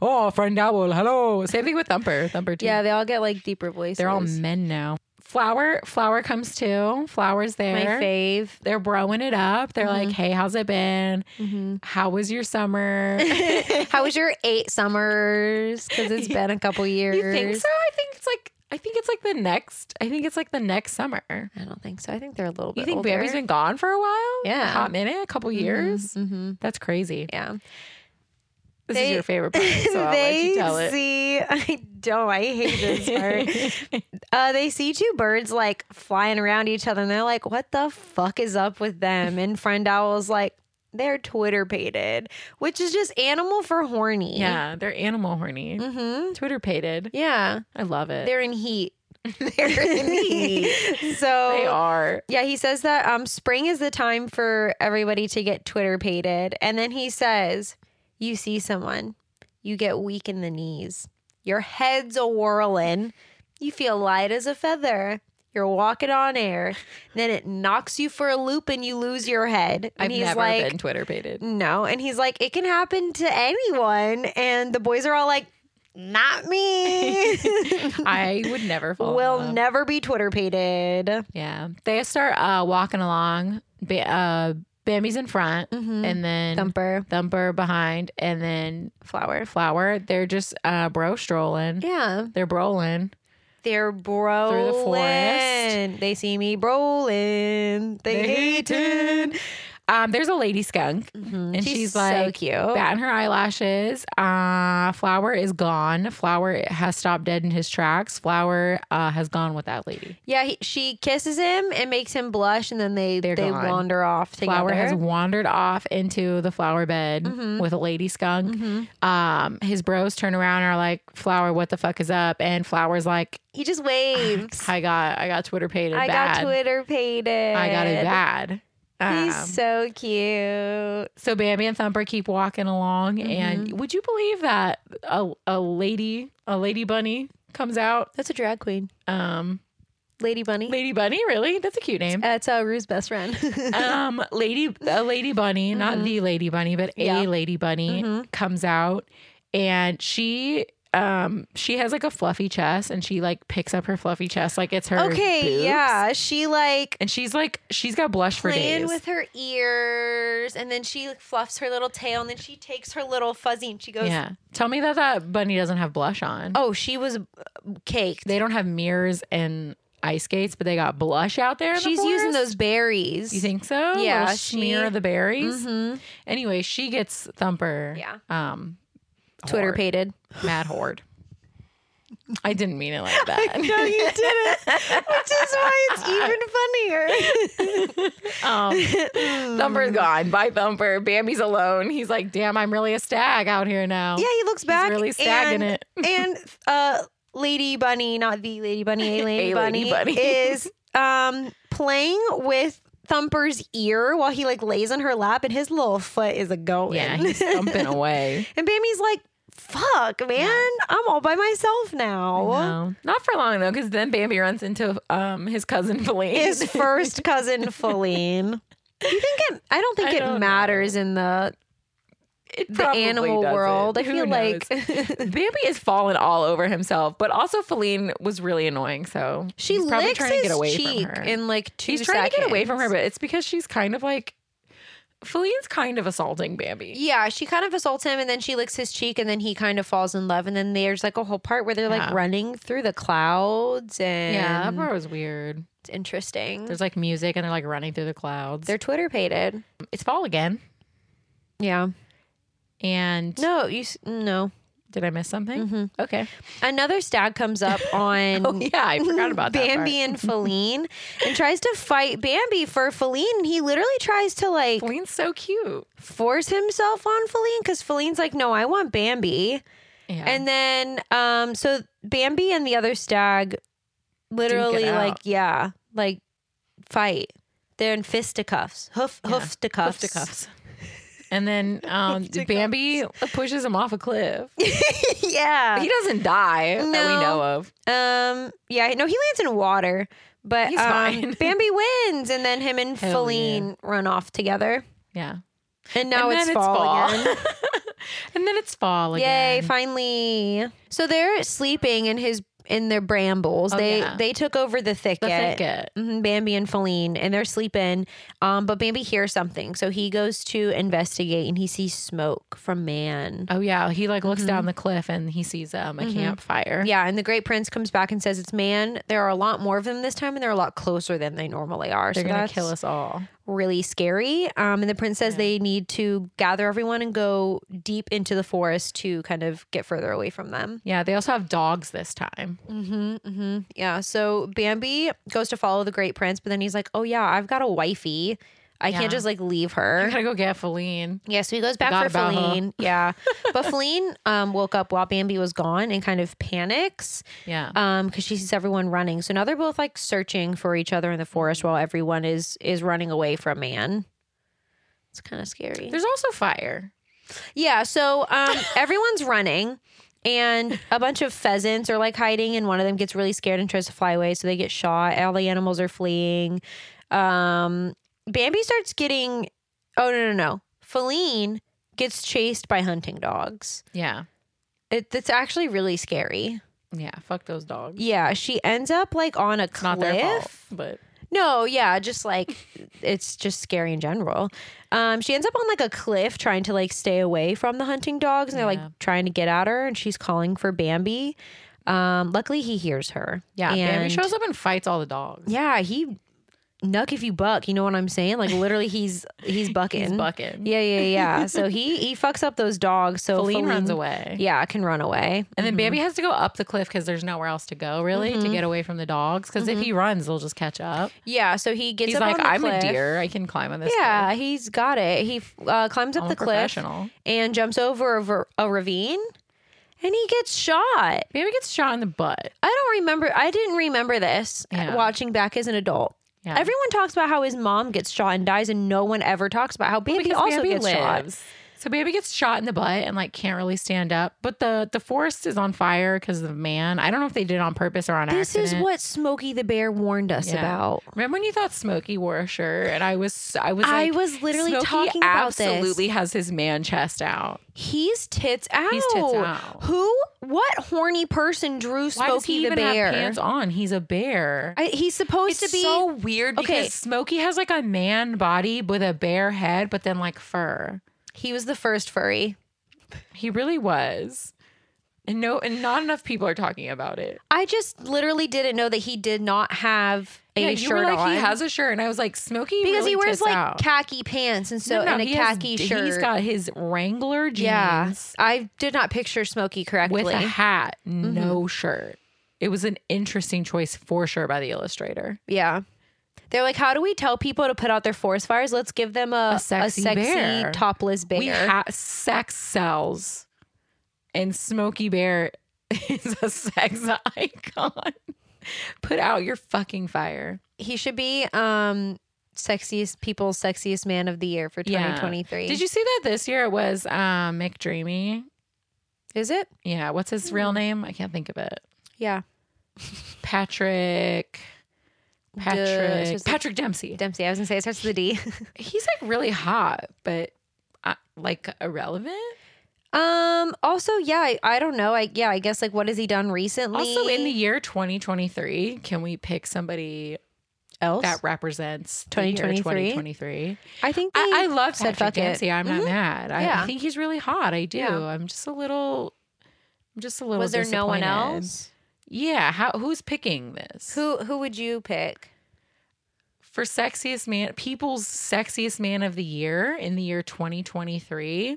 A: oh, friend owl, hello. Same thing with Thumper. Thumper too.
B: yeah, they all get like deeper voices.
A: they're all men now. Flower, flower comes too. Flowers
B: my
A: there.
B: fave.
A: They're broing it up. They're like, "Hey, how's it been? How was your summer?" Mm-hmm. you
B: How was your eight summers? Because it's been a couple years.
A: think so? I think it's like I think it's like the next. I think it's like the next summer.
B: I don't think so. I think they're a little bit.
A: You think
B: older. Mm-hmm.
A: Bambi's been gone for a while?
B: Yeah.
A: a hot minute, a couple years.
B: Mhm.
A: That's crazy.
B: Yeah.
A: This is
B: They-
A: your favorite part, so I'll let you
B: they
A: tell it.
B: see. I don't. I hate this part. uh, they see two birds like flying around each other, and they're like, "What the fuck is up with them?" And friend owl's like, "They're Twitter pated," which is just animal for horny.
A: yeah, they're animal horny.
B: Mm-hmm.
A: Twitter pated.
B: Yeah.
A: I love it.
B: They're in heat. They're in heat. so
A: They are.
B: Yeah, he says that um, spring is the time for everybody to get Twitter pated. And then he says, You see someone, you get weak in the knees, your head's a whirling, you feel light as a feather, you're walking on air. Then it knocks you for a loop and you lose your head. And
A: I've
B: he's
A: never
B: like,
A: been Twitter pated.
B: No. And he's like, It can happen to anyone. And the boys are all like, Not me.
A: I would never fall. in
B: Will
A: love.
B: never be Twitter pated.
A: Yeah. They start uh, walking along. Ba- uh, Bambi's in front,
B: Mhm.
A: Mm-hmm. and then
B: Thumper.
A: Thumper behind, and then
B: Flower.
A: Flower. They're just uh, bro strolling.
B: Yeah.
A: They're broling.
B: They're bro
A: the forest.
B: They see me brolin. They, hate it.
A: Um, there's a lady skunk, and she's, like
B: Mm-hmm. so cute. Oh.
A: batting her eyelashes. Uh, Flower is gone. Flower has stopped dead in his tracks. Flower uh, has gone with that lady.
B: Yeah, he, she kisses him and makes him blush, and then they
A: They're
B: they
A: gone.
B: wander off together.
A: Flower has wandered off into the flower bed
B: Mhm.
A: with a lady skunk.
B: Mhm.
A: Um, his bros turn around and are like, "Flower, what the fuck is up?" And Flower's like, "Ah,
B: He just waves.
A: "I got, I got Twitter paid.
B: I
A: bad.
B: got Twitter paid.
A: I got it bad."
B: He's
A: Um,
B: so cute.
A: So Bambi and Thumper keep walking along,
B: Mm-hmm.
A: and would you believe that a, a lady, a lady bunny comes out?
B: That's a drag queen,
A: Um,
B: Lady Bunny.
A: lady bunny, really? That's a cute name.
B: That's uh, Rue's best friend.
A: Um, lady, a lady bunny, not the lady bunny, but
B: Mm-hmm.
A: a
B: Yeah.
A: lady bunny
B: Mhm.
A: comes out, and she, um, she has like a fluffy chest, and she like picks up her fluffy chest like it's her.
B: okay,
A: boobs.
B: yeah, she like
A: And she's like, she's got blush for
B: playing
A: days.
B: with her ears, and then she like, fluffs her little tail, and then she takes her little fuzzy, and she goes,
A: yeah, tell me that that bunny doesn't have blush on.
B: "Oh, she was uh, caked.
A: they don't have mirrors and ice skates, but they got blush out there. in the
B: She's using
A: forest?
B: those berries."
A: You think so? A
B: Yeah,
A: little smear
B: she-
A: of the berries.
B: Mhm.
A: Anyway, she gets Thumper.
B: Yeah.
A: Um,
B: Twitter
A: horde.
B: pated.
A: mad horde. I didn't mean it like that.
B: No, you didn't. Which is why it's even
A: um,
B: funnier.
A: Thumper's gone. Bye, Thumper. Bambi's alone. He's like, damn, I'm really a stag out here now.
B: yeah, he looks
A: He's
B: back.
A: really stagging
B: and,
A: it.
B: and uh, Lady Bunny, not the Lady Bunny, a Lady,
A: A Lady
B: Bunny,
A: Bunny.
B: is um playing with Thumper's ear while he like lays on her lap, and his little foot is a going.
A: Yeah, he's thumping away.
B: And Bambi's like, fuck, man, I'm all by myself now.
A: No, not for long though, because then Bambi runs into um his cousin Feline.
B: His first cousin, Feline. Do you think it, I don't think
A: I
B: it
A: don't
B: matters in the
A: It
B: the
A: probably
B: animal
A: doesn't.
B: world. I
A: Who
B: feel
A: knows?
B: like
A: Bambi has fallen all over himself, but also Feline was really annoying. So
B: she
A: he's probably
B: licks
A: trying to
B: his
A: get away
B: cheek
A: from her.
B: in like two
A: he's trying to get away from her,
B: seconds.
A: but it's because she's kind of like Feline's kind of assaulting Bambi.
B: yeah, she kind of assaults him, and then she licks his cheek, and then he kind of falls in love. And then there's like a whole part where they're like
A: Yeah.
B: running through the clouds, and
A: that part was weird.
B: it's interesting.
A: There's like music and they're like running through the clouds.
B: They're Twitter pated.
A: it's fall again.
B: Yeah.
A: And
B: No, you s- no.
A: did I miss something?
B: Mhm.
A: Okay.
B: Another stag comes up on
A: Oh yeah, I forgot about that.
B: Mm-hmm. Bambi and Feline and tries to fight Bambi for Feline. And he literally tries to like
A: Part. Feline's so cute.
B: force himself on Feline because Feline's like, no, I want Bambi.
A: Yeah.
B: And then, um, so Bambi and the other stag literally,
A: out.
B: like, yeah, like fight. They're in fisticuffs, hoof,
A: Yeah.
B: hoof to
A: Cuffs
B: cuffs.
A: to cuffs. And then um,
B: Cuffs to
A: Bambi pushes him off a cliff.
B: yeah.
A: He doesn't die that we
B: No.
A: know of.
B: Um, yeah, no, he lands in water, but
A: He's
B: um,
A: fine.
B: Bambi wins, and then him and
A: Hell yeah.
B: Feline run off together.
A: Yeah.
B: And now
A: And
B: it's,
A: then
B: fall again.
A: and then it's fall
B: Yay,
A: again.
B: finally. So they're sleeping in his in their brambles.
A: Oh,
B: they
A: yeah.
B: they took over the
A: The
B: thicket.
A: thicket.
B: Mhm, Bambi and Feline, and they're sleeping. Um, but Bambi hears something, so he goes to investigate, and he sees smoke from man.
A: Oh yeah, he like looks
B: Mhm.
A: down the cliff and he sees um, a
B: Mhm.
A: campfire.
B: Yeah, and the Great Prince comes back and says, "It's man. There are a lot more of them this time, and they're a lot closer than they normally are.
A: They're
B: so
A: gonna
B: that's
A: kill us all.
B: really scary. Um, and the prince says they need to gather everyone and go deep into the forest to kind of get further away from them.
A: Yeah, they also have dogs this time.
B: Mm-hmm, mm-hmm. Yeah. So Bambi goes to follow the great prince, but then he's like, oh, yeah, I've got a wifey. I
A: Yeah.
B: can't just like leave
A: I
B: her.
A: gotta go get Feline.
B: Yeah, so he goes back
A: Forgot
B: for
A: about her.
B: Feline. Yeah. But Feline um, woke up while Bambi was gone and kind of panics
A: Yeah.
B: um because she sees everyone running so now they're both like searching for each other in the
A: Mm.
B: forest while everyone is is running away from man it's kind of scary
A: There's also fire.
B: yeah so um everyone's running and a bunch of pheasants are like hiding and one of them gets really scared and tries to fly away so they get shot all the animals are fleeing um bambi starts getting oh no no no feline gets chased by hunting dogs
A: Yeah.
B: it, it's actually really scary
A: Yeah. Fuck those dogs.
B: yeah she ends up like on a
A: It's
B: cliff
A: not their fault. But
B: No, yeah, just like it's just scary in general. Um, she ends up on like a cliff trying to like stay away from the hunting dogs, and they're
A: Yeah.
B: like trying to get at her, and she's calling for Bambi. Um, luckily, he hears her.
A: yeah, Bambi
B: and-
A: shows up and fights all the dogs.
B: Yeah, he nuck if you buck. You know what I'm saying? Like literally, he's he's bucking.
A: He's bucking.
B: Yeah, yeah, yeah. so he he fucks up those dogs. So
A: Feline runs
B: Feline- Mm-hmm.
A: away.
B: Yeah, can run away.
A: And then Bambi has to go up the cliff because there's nowhere else to go, really,
B: Mm-hmm.
A: to get away from the dogs. Because if he runs, they'll just catch up.
B: Yeah, so he gets
A: He's
B: Mm-hmm.
A: like,
B: up on the
A: I'm
B: cliff.
A: a deer. I can climb on this. cliff.
B: Yeah, he's got it. He uh, climbs up
A: I'm
B: the
A: a
B: cliff.
A: professional.
B: and jumps over a, ver- a ravine and he gets shot.
A: Bambi gets shot in the butt.
B: I don't remember. I didn't remember this uh,
A: Yeah.
B: watching back as an adult.
A: Yeah.
B: Everyone talks about how his mom gets shot and dies, and no one ever talks about how Baby
A: because
B: also
A: Bambi
B: gets shot.
A: So Bambi gets shot in the butt and like can't really stand up. But the the forest is on fire because of man. I don't know if they did it on purpose or on
B: This
A: accident.
B: is what Smokey the Bear warned us
A: Yeah.
B: about.
A: Remember when you thought Smokey wore a shirt and I was I was
B: I
A: like,
B: was literally
A: Smokey
B: talking about this.
A: Absolutely has his man chest out.
B: He's tits out.
A: He's tits out.
B: Who? What horny person drew
A: Why does he
B: Smokey the
A: even
B: Bear?
A: have pants on? He's a bear.
B: I, he's supposed
A: it's
B: to be
A: so weird because
B: Okay.
A: Smokey has like a man body with a bear head, but then like fur.
B: He was the first furry.
A: He really was. And no and not enough people are talking about it.
B: I just literally didn't know that he did not have a
A: yeah, you
B: shirt
A: were like
B: on.
A: he has a shirt, and I was like Smokey
B: because
A: really
B: he wears
A: tits
B: like
A: out.
B: khaki pants and so
A: No, no,
B: and a
A: he has-
B: khaki shirt.
A: He's got his Wrangler jeans
B: yeah. I did not picture Smokey correctly.
A: with a hat,
B: Mm-hmm.
A: no shirt. It was an interesting choice for sure by the illustrator.
B: yeah. They're like, how do we tell people to put out their forest fires? Let's give them a,
A: A sexy bear.
B: topless bear.
A: We have sex sells, and Smokey Bear is a sex icon. Put out your fucking fire.
B: he should be um sexiest people's sexiest man of the year for
A: Yeah.
B: 2023.
A: Did you see that this year? It was um, McDreamy.
B: Is it?
A: Yeah, what's his
B: Mm.
A: real name? I can't think of it.
B: Yeah.
A: Patrick.
B: Duh, it's
A: Patrick.
B: just like-
A: Patrick Dempsey.
B: Dempsey. I was gonna say it starts with a D.
A: He's like really hot, but uh, like irrelevant.
B: um. Also, yeah. I, I don't know. I yeah. I guess like what has he done recently?
A: Also, in the year 2023, can we pick somebody
B: else,
A: that represents the year
B: 2023?
A: 2023?
B: I think
A: I,
B: they-
A: I love Patrick
B: said fuck it. Mm-hmm.
A: Dempsey. I'm not mad. I, I
B: Yeah.
A: think he's really hot. I do.
B: Yeah.
A: I'm just a little. I'm just a little.
B: was there no one
A: disappointed.
B: else?
A: Yeah. How? Who's picking this?
B: Who who would you pick?
A: for sexiest man people's sexiest man of the year in the year 2023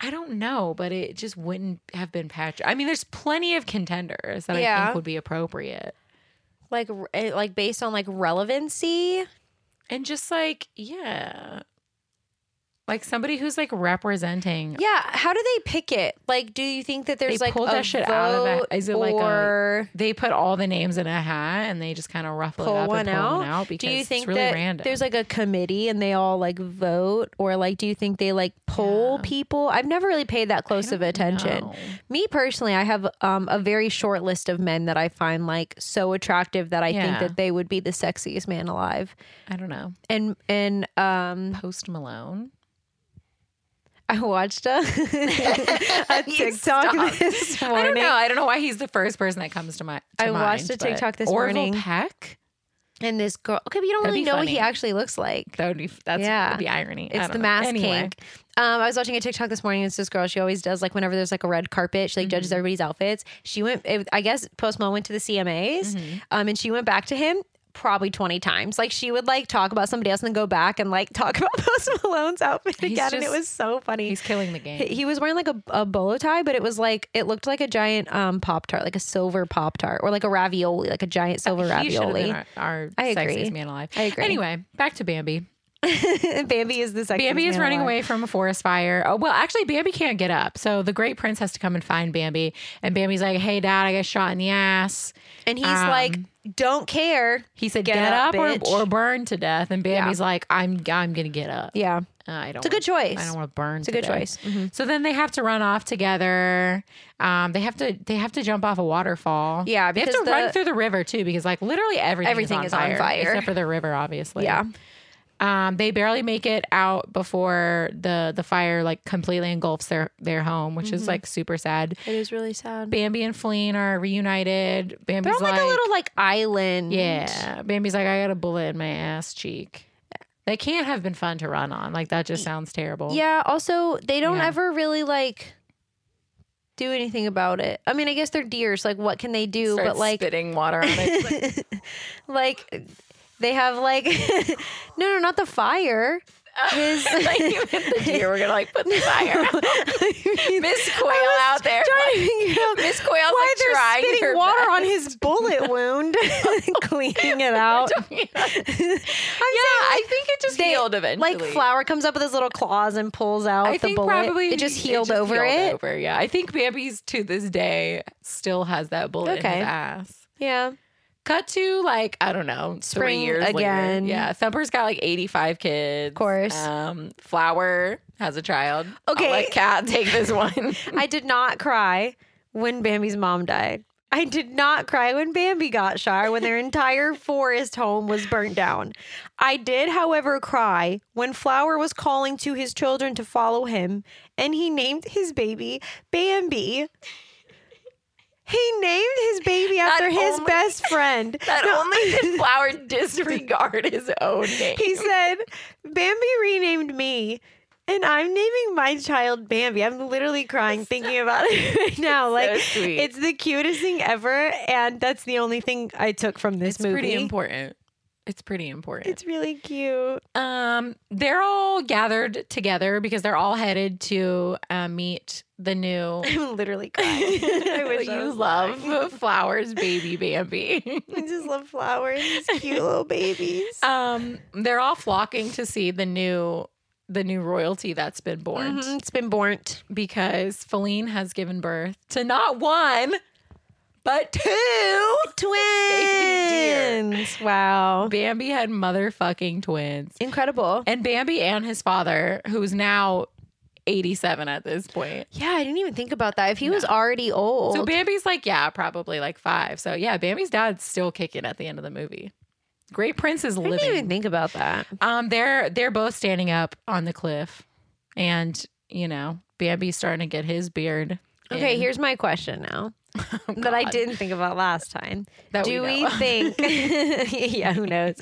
A: i don't know but it just wouldn't have been patrick i mean there's plenty of contenders that i
B: Yeah.
A: think would be appropriate
B: Like r- eh, like based on like relevancy?
A: and just like yeah like somebody who's like representing
B: Yeah. How do they pick it? Like, do you think that there's
A: They
B: like
A: pull
B: a
A: that shit out of a-
B: vote
A: is it like a-
B: or
A: they put all the names in a hat and they just kind of ruffle
B: Pull
A: it up
B: one
A: and pull
B: out?
A: one out because
B: do you think
A: it's really
B: that
A: random
B: there's like a committee and they all like vote or like do you think they like poll
A: Yeah.
B: people? I've never really paid that close of attention.
A: No.
B: Me personally, I have um, a very short list of men that I find like so attractive that I
A: Yeah.
B: think that they would be the sexiest man alive.
A: i don't know
B: And and um,
A: post malone
B: I watched a, a
A: You
B: TikTok
A: stopped.
B: this
A: I don't
B: morning.
A: know. I don't know why he's the first person that comes to my. to
B: I watched
A: mind,
B: a TikTok
A: but-
B: this
A: Orville
B: morning.
A: Peck.
B: And this girl, okay, but you don't
A: That'd
B: really
A: be
B: know what he
A: funny.
B: actually looks like.
A: That would be that's
B: Yeah.
A: the irony. I
B: It's
A: don't
B: the
A: know.
B: mask
A: Anyway.
B: kink. Um, I was watching a TikTok this morning. It's this girl. She always does like whenever there's like a red carpet, she like
A: Mm-hmm.
B: judges
A: Mm-hmm.
B: everybody's outfits. She went. It, I guess Post Malone went to the CMAs, um, and she went back to him. probably 20 times. Like she would like talk about somebody else and then go back and like talk about Post Malone's outfit
A: He's
B: again. and it
A: just-
B: was so funny.
A: He's killing the
B: He-
A: game.
B: He was wearing like a, a bolo tie, but it was like it looked like a giant um pop tart, like a silver pop tart, or like a ravioli, like a giant silver
A: Oh, He should have
B: ravioli.
A: been our, our
B: I agree.
A: sexiest man alive.
B: I agree.
A: Anyway, back to Bambi.
B: Bambi is the second.
A: Bambi is running away from a forest fire. Oh, well, actually, Bambi can't get up. So the great prince has to come and find Bambi. And Bambi's like, hey, dad, I got shot in the ass.
B: and he's like, "Don't care."
A: Um, He said,
B: Get
A: get, up,
B: up, bitch."
A: or, or burn to death. And Bambi's like, I'm I'm going to get up.
B: Yeah,
A: Uh, I don't
B: it's a good choice.
A: I don't want to burn.
B: It's a good
A: today.
B: choice. Mhm.
A: So then they have to run off together. Um, they have to they have to jump off a waterfall.
B: Yeah,
A: they have
B: because
A: to
B: the-
A: run through the river too because like literally everything
B: Everything
A: is, on,
B: is
A: fire,
B: on fire.
A: except for the river, obviously.
B: Yeah.
A: Um, they barely make it out before the the fire like completely engulfs their their home, which
B: Mm-hmm.
A: is like super sad.
B: It is really sad.
A: Bambi and Fleen are reunited. Bambi's
B: They're on like,
A: like
B: a little like island.
A: yeah. Bambi's like I got a bullet in my ass cheek. They can't have been fun to run on. Like that just sounds terrible.
B: Yeah. Also, they don't
A: Yeah.
B: ever really like do anything about it. I mean, I guess they're deers. Like, what can they do?
A: Starts
B: but like,
A: spitting water on it.
B: like they have like no, no, not the fire. His-
A: the deer. We're gonna like put the fire. Miss Quail out there.
B: trying to figure out
A: Miss Quail's
B: why
A: like
B: they're
A: trying
B: spitting
A: her
B: water on his bullet wound, cleaning it out.
A: yeah, I think it just healed eventually.
B: Like flower comes up with his little claws and pulls out
A: I
B: the
A: think
B: bullet.
A: probably
B: it just healed over
A: healed
B: it.
A: Over, yeah, I think Bambi's to this day still has that bullet in
B: Okay.
A: his ass.
B: Yeah.
A: Cut to like I don't know,
B: Spring
A: three years later.
B: again.
A: Yeah, Thumper's got like eighty-five kids. Of
B: course.
A: um, Flower has a child.
B: Okay.
A: I'll let Cat take this one.
B: I did not cry when Bambi's mom died. I did not cry when Bambi got shot or when their entire forest home was burnt down. I did, however, cry when Flower was calling to his children to follow him and he named his baby Bambi. He named his baby after his
A: only-
B: best friend.
A: Not
B: No,
A: only did Flower disregard his own name,
B: he said, Bambi renamed me. And I'm naming my child Bambi. I'm literally crying thinking about it right now. Like
A: sweet.
B: it's the cutest thing ever, and that's the only thing I took from this
A: it's
B: movie.
A: pretty important. It's pretty important.
B: It's really cute.
A: um, they're all gathered together because they're all headed to uh, meet the new.
B: I'm literally crying. I wish I
A: you
B: was
A: love
B: lying.
A: flowers, baby Bambi.
B: I just love flowers. These cute little babies.
A: um, they're all flocking to see the new the new royalty that's been born
B: Mhm, It's been bornt.
A: because Feline has given birth to not one, but two. deer.
B: Twins. Wow.
A: Bambi had motherfucking twins.
B: Incredible.
A: And Bambi and his father, who's now 87 at this point.
B: Yeah, I didn't even think about that. If he was already old.
A: So Bambi's like, yeah, probably like five. So yeah, Bambi's dad's still kicking at the end of the movie. Great Prince is
B: I didn't
A: living.
B: even think about that.
A: Um, they're they're both standing up on the cliff, and you know Bambi's starting to get his beard.
B: Okay,
A: in. Oh,
B: here's my question now that I
A: God.
B: didn't think about last time.
A: That we
B: Do we,
A: know.
B: think? yeah, who knows?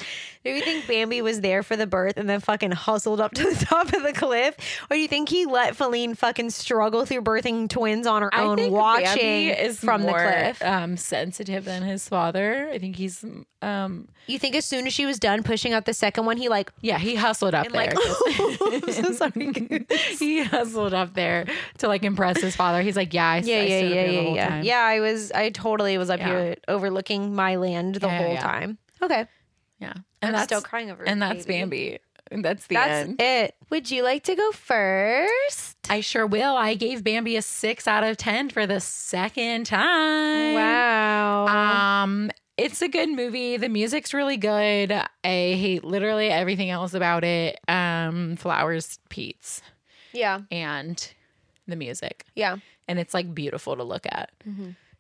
B: Do we think Bambi was there for the birth and then fucking hustled up to the top of the cliff, or do you think he let Feline fucking struggle through birthing twins on her
A: I
B: own,
A: think
B: watching
A: Bambi is
B: from
A: more,
B: the cliff?
A: Um, sensitive than his father. I think he's um,
B: You think as soon as she was done pushing out the second one, he like
A: yeah, he hustled up
B: and
A: there.
B: like, oh, I'm so sorry.
A: he hustled up there to like impress his father. He's like, yeah, I,
B: Yeah,
A: I
B: yeah,
A: stood
B: yeah,
A: up here the
B: yeah,
A: whole
B: yeah.
A: time.
B: Yeah, I was, I totally was up
A: Yeah.
B: here overlooking my land the
A: Yeah,
B: whole
A: yeah.
B: time. Okay,
A: yeah.
B: I'm
A: And that's
B: still crying over
A: and that's
B: Baby.
A: Bambi. And that's the
B: That's
A: end.
B: it. Would you like to go first?
A: I sure will. I gave Bambi a six out of ten for the second time.
B: Wow.
A: Um, it's a good movie. The music's really good. I hate literally everything else about it. Um, flowers, Pete's,
B: yeah.
A: and the music.
B: Yeah.
A: And it's like beautiful to look at.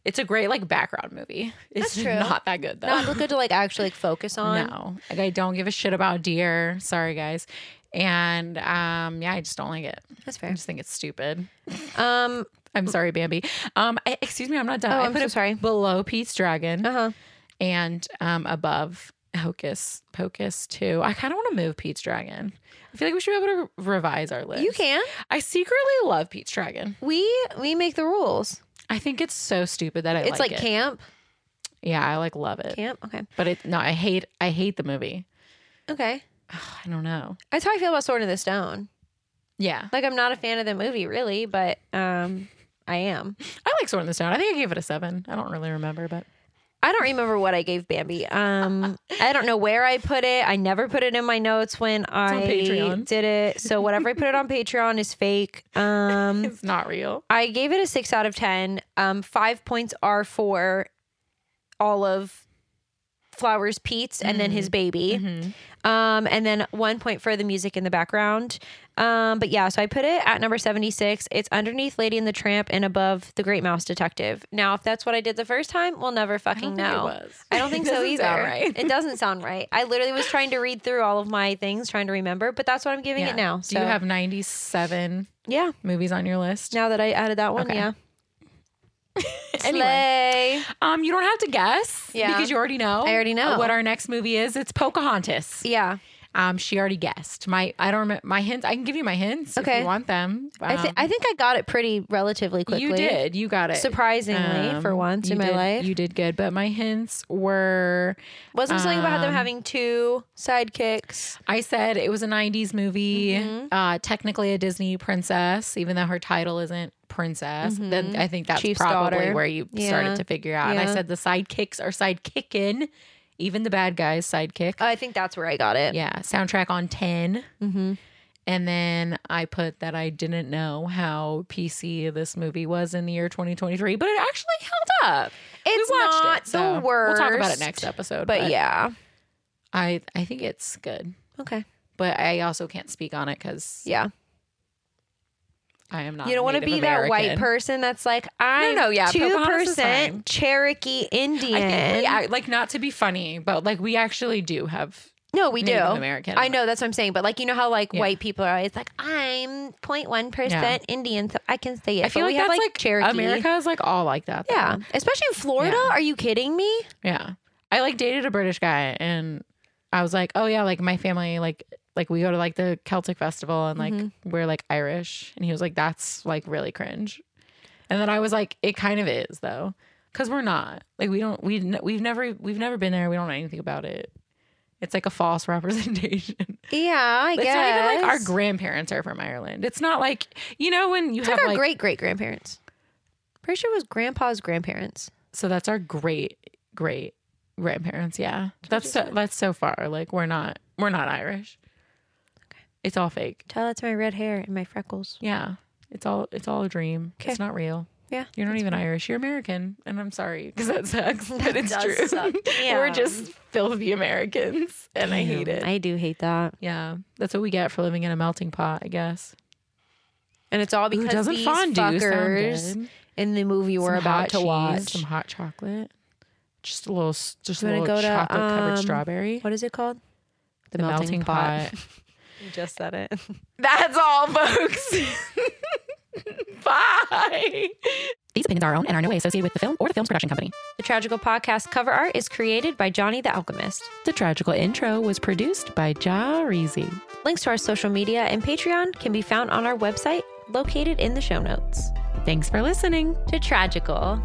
A: It's a great like background movie. It's
B: Mm-hmm. That's true.
A: not that good though.
B: Not good to like actually like focus on.
A: No, like I don't give a shit about deer. Sorry, guys. And um, yeah, I just don't like it.
B: That's
A: I
B: fair.
A: just think it's stupid.
B: Um.
A: I'm sorry, Bambi. Um, I, excuse me, I'm not done.
B: Oh,
A: I
B: I'm
A: put
B: so
A: it
B: sorry.
A: Below Pete's Dragon
B: Uh huh.
A: and um above Hocus Pocus too. I kind of want to move Pete's Dragon. I feel like we should be able to re- revise our list.
B: You can.
A: I secretly love Pete's Dragon.
B: We we make the rules.
A: I think it's so stupid that I
B: It's
A: like
B: like,
A: it.
B: camp.
A: Yeah, I like love it.
B: Camp. Okay.
A: But it no, I hate I hate the movie.
B: Okay.
A: Ugh, I don't know.
B: That's how I feel about Sword in the Stone.
A: Yeah.
B: Like I'm not a fan of the movie really, but um I am.
A: I like Sword in the Stone. I think I gave it a seven. I don't really remember, but
B: I don't remember what I gave Bambi. Um I don't know where I put it. I never put it in my notes when I
A: Patreon.
B: did it. So whatever I put it on Patreon is fake. Um
A: it's not real.
B: I gave it a 6 out of 10. Um 5 points are for all of Flowers Pete's and then his baby.
A: Mhm.
B: Um, and then one point for the music in the background. Um, but yeah, so I put it at number 76. It's underneath Lady and the Tramp and above The Great Mouse Detective. Now, if that's what I did the first time, we'll never
A: I
B: fucking
A: don't think it
B: know.
A: was.
B: I don't
A: It
B: think so
A: doesn't
B: either.
A: sound right.
B: It doesn't sound right. I literally was trying to read through all of my things, trying to remember, but that's what I'm giving
A: Yeah.
B: it now.
A: Do
B: So
A: you have ninety seven
B: yeah,
A: movies on your list?
B: now that I added that one,
A: Okay.
B: yeah.
A: Anyway,
B: Slay.
A: um, you don't have to guess
B: Yeah.
A: because you already know.
B: I already know.
A: what our next movie is. It's Pocahontas.
B: Yeah,
A: Um, she already guessed. My I don't remember my hints. I can give you my hints if
B: Okay.
A: you want them.
B: I, th-
A: Um,
B: I think I got it pretty relatively quickly.
A: You did. You got it.
B: surprisingly for
A: Um,
B: once in
A: you
B: my
A: did-
B: life.
A: You did good, but my hints were
B: Wasn't something about them
A: Um,
B: having two sidekicks.
A: I said it was a 90s movie,
B: Mhm.
A: uh, technically a Disney princess, even though her title isn't princess. Then I think that's
B: Mm-hmm. Chief's
A: probably
B: daughter.
A: where you
B: Yeah.
A: started to figure out. And I
B: Yeah.
A: said the sidekicks are sidekicking, even the bad guys sidekick.
B: I think that's where I got it.
A: yeah, soundtrack on 10.
B: Mm-hmm.
A: And then I put that I didn't know how PC this movie was in the year 2023, but it actually held up.
B: It's
A: we watched
B: not
A: it, so
B: the
A: We'll
B: worst.
A: talk about it next episode.
B: But, yeah.
A: I I think it's good,
B: Okay.
A: but I also can't speak on it because
B: Yeah.
A: I am not.
B: you don't
A: want to
B: be that white person that's like, I'm
A: no, yeah,
B: two
A: Pocahontas is fine.
B: percent Cherokee Indian.
A: I think we act, like not to be funny, but like we actually do have.
B: no, we do.
A: Native American.
B: I know that's what I'm saying, but like you know how like
A: Yeah.
B: white people are always like, I'm 0.1 percent Indian, so I can say it.
A: I feel
B: but
A: like
B: we
A: that's
B: have like, Cherokee.
A: America is like all like that. though.
B: Yeah, especially in Florida.
A: Yeah.
B: Are you kidding me?
A: yeah. I like dated a British guy, and I was like, oh yeah, like my family, like like we go to like the Celtic festival, and like
B: Mhm.
A: we're like Irish, and he was like, that's like really cringe, and then I was like, it kind of is though, because we're not like we don't we n- we've never we've never been there, we don't know anything about it. It's like a false representation.
B: Yeah, I
A: It's
B: guess.
A: not even like our grandparents are from Ireland. It's not like you know when you
B: It's
A: have
B: like our
A: like
B: great great grandparents. Pretty sure it was grandpa's grandparents.
A: so that's our great great grandparents. Yeah, that's so, that's so far. Like we're not we're not Irish. It's all fake.
B: Tell that to my red hair and my freckles.
A: Yeah, it's all it's all a dream.
B: Okay.
A: It's not real.
B: Yeah,
A: You're not even Irish. You're American, and I'm sorry because that sucks. but it's
B: does
A: true.
B: suck.
A: We're
B: Damn.
A: just filthy Americans, and I hate it.
B: I do hate that.
A: yeah, that's what we get for living in a melting pot, I guess.
B: And it's all
A: Ooh,
B: because
A: doesn't
B: these
A: fondue sound
B: fuckers
A: good?
B: in the movie we're
A: Some hot
B: about to
A: cheese,
B: watch.
A: some hot chocolate, just a little, s- just a
B: You wanna
A: little
B: go to,
A: chocolate covered
B: um,
A: strawberry.
B: What is it called?
A: The melting, pot.
B: you just said it.
A: That's all, folks. Bye. These opinions are our own and are no way associated with the film or the film's production company.
B: The Tragical Podcast cover art is created by Johnny the Alchemist.
A: The tragical intro was produced by Ja Reezy.
B: Links to our social media and Patreon can be found on our website, located in the show notes.
A: Thanks for listening.
B: To Tragical.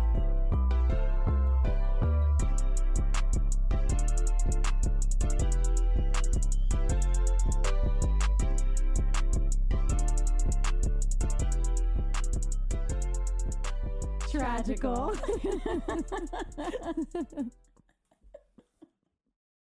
C: tragical.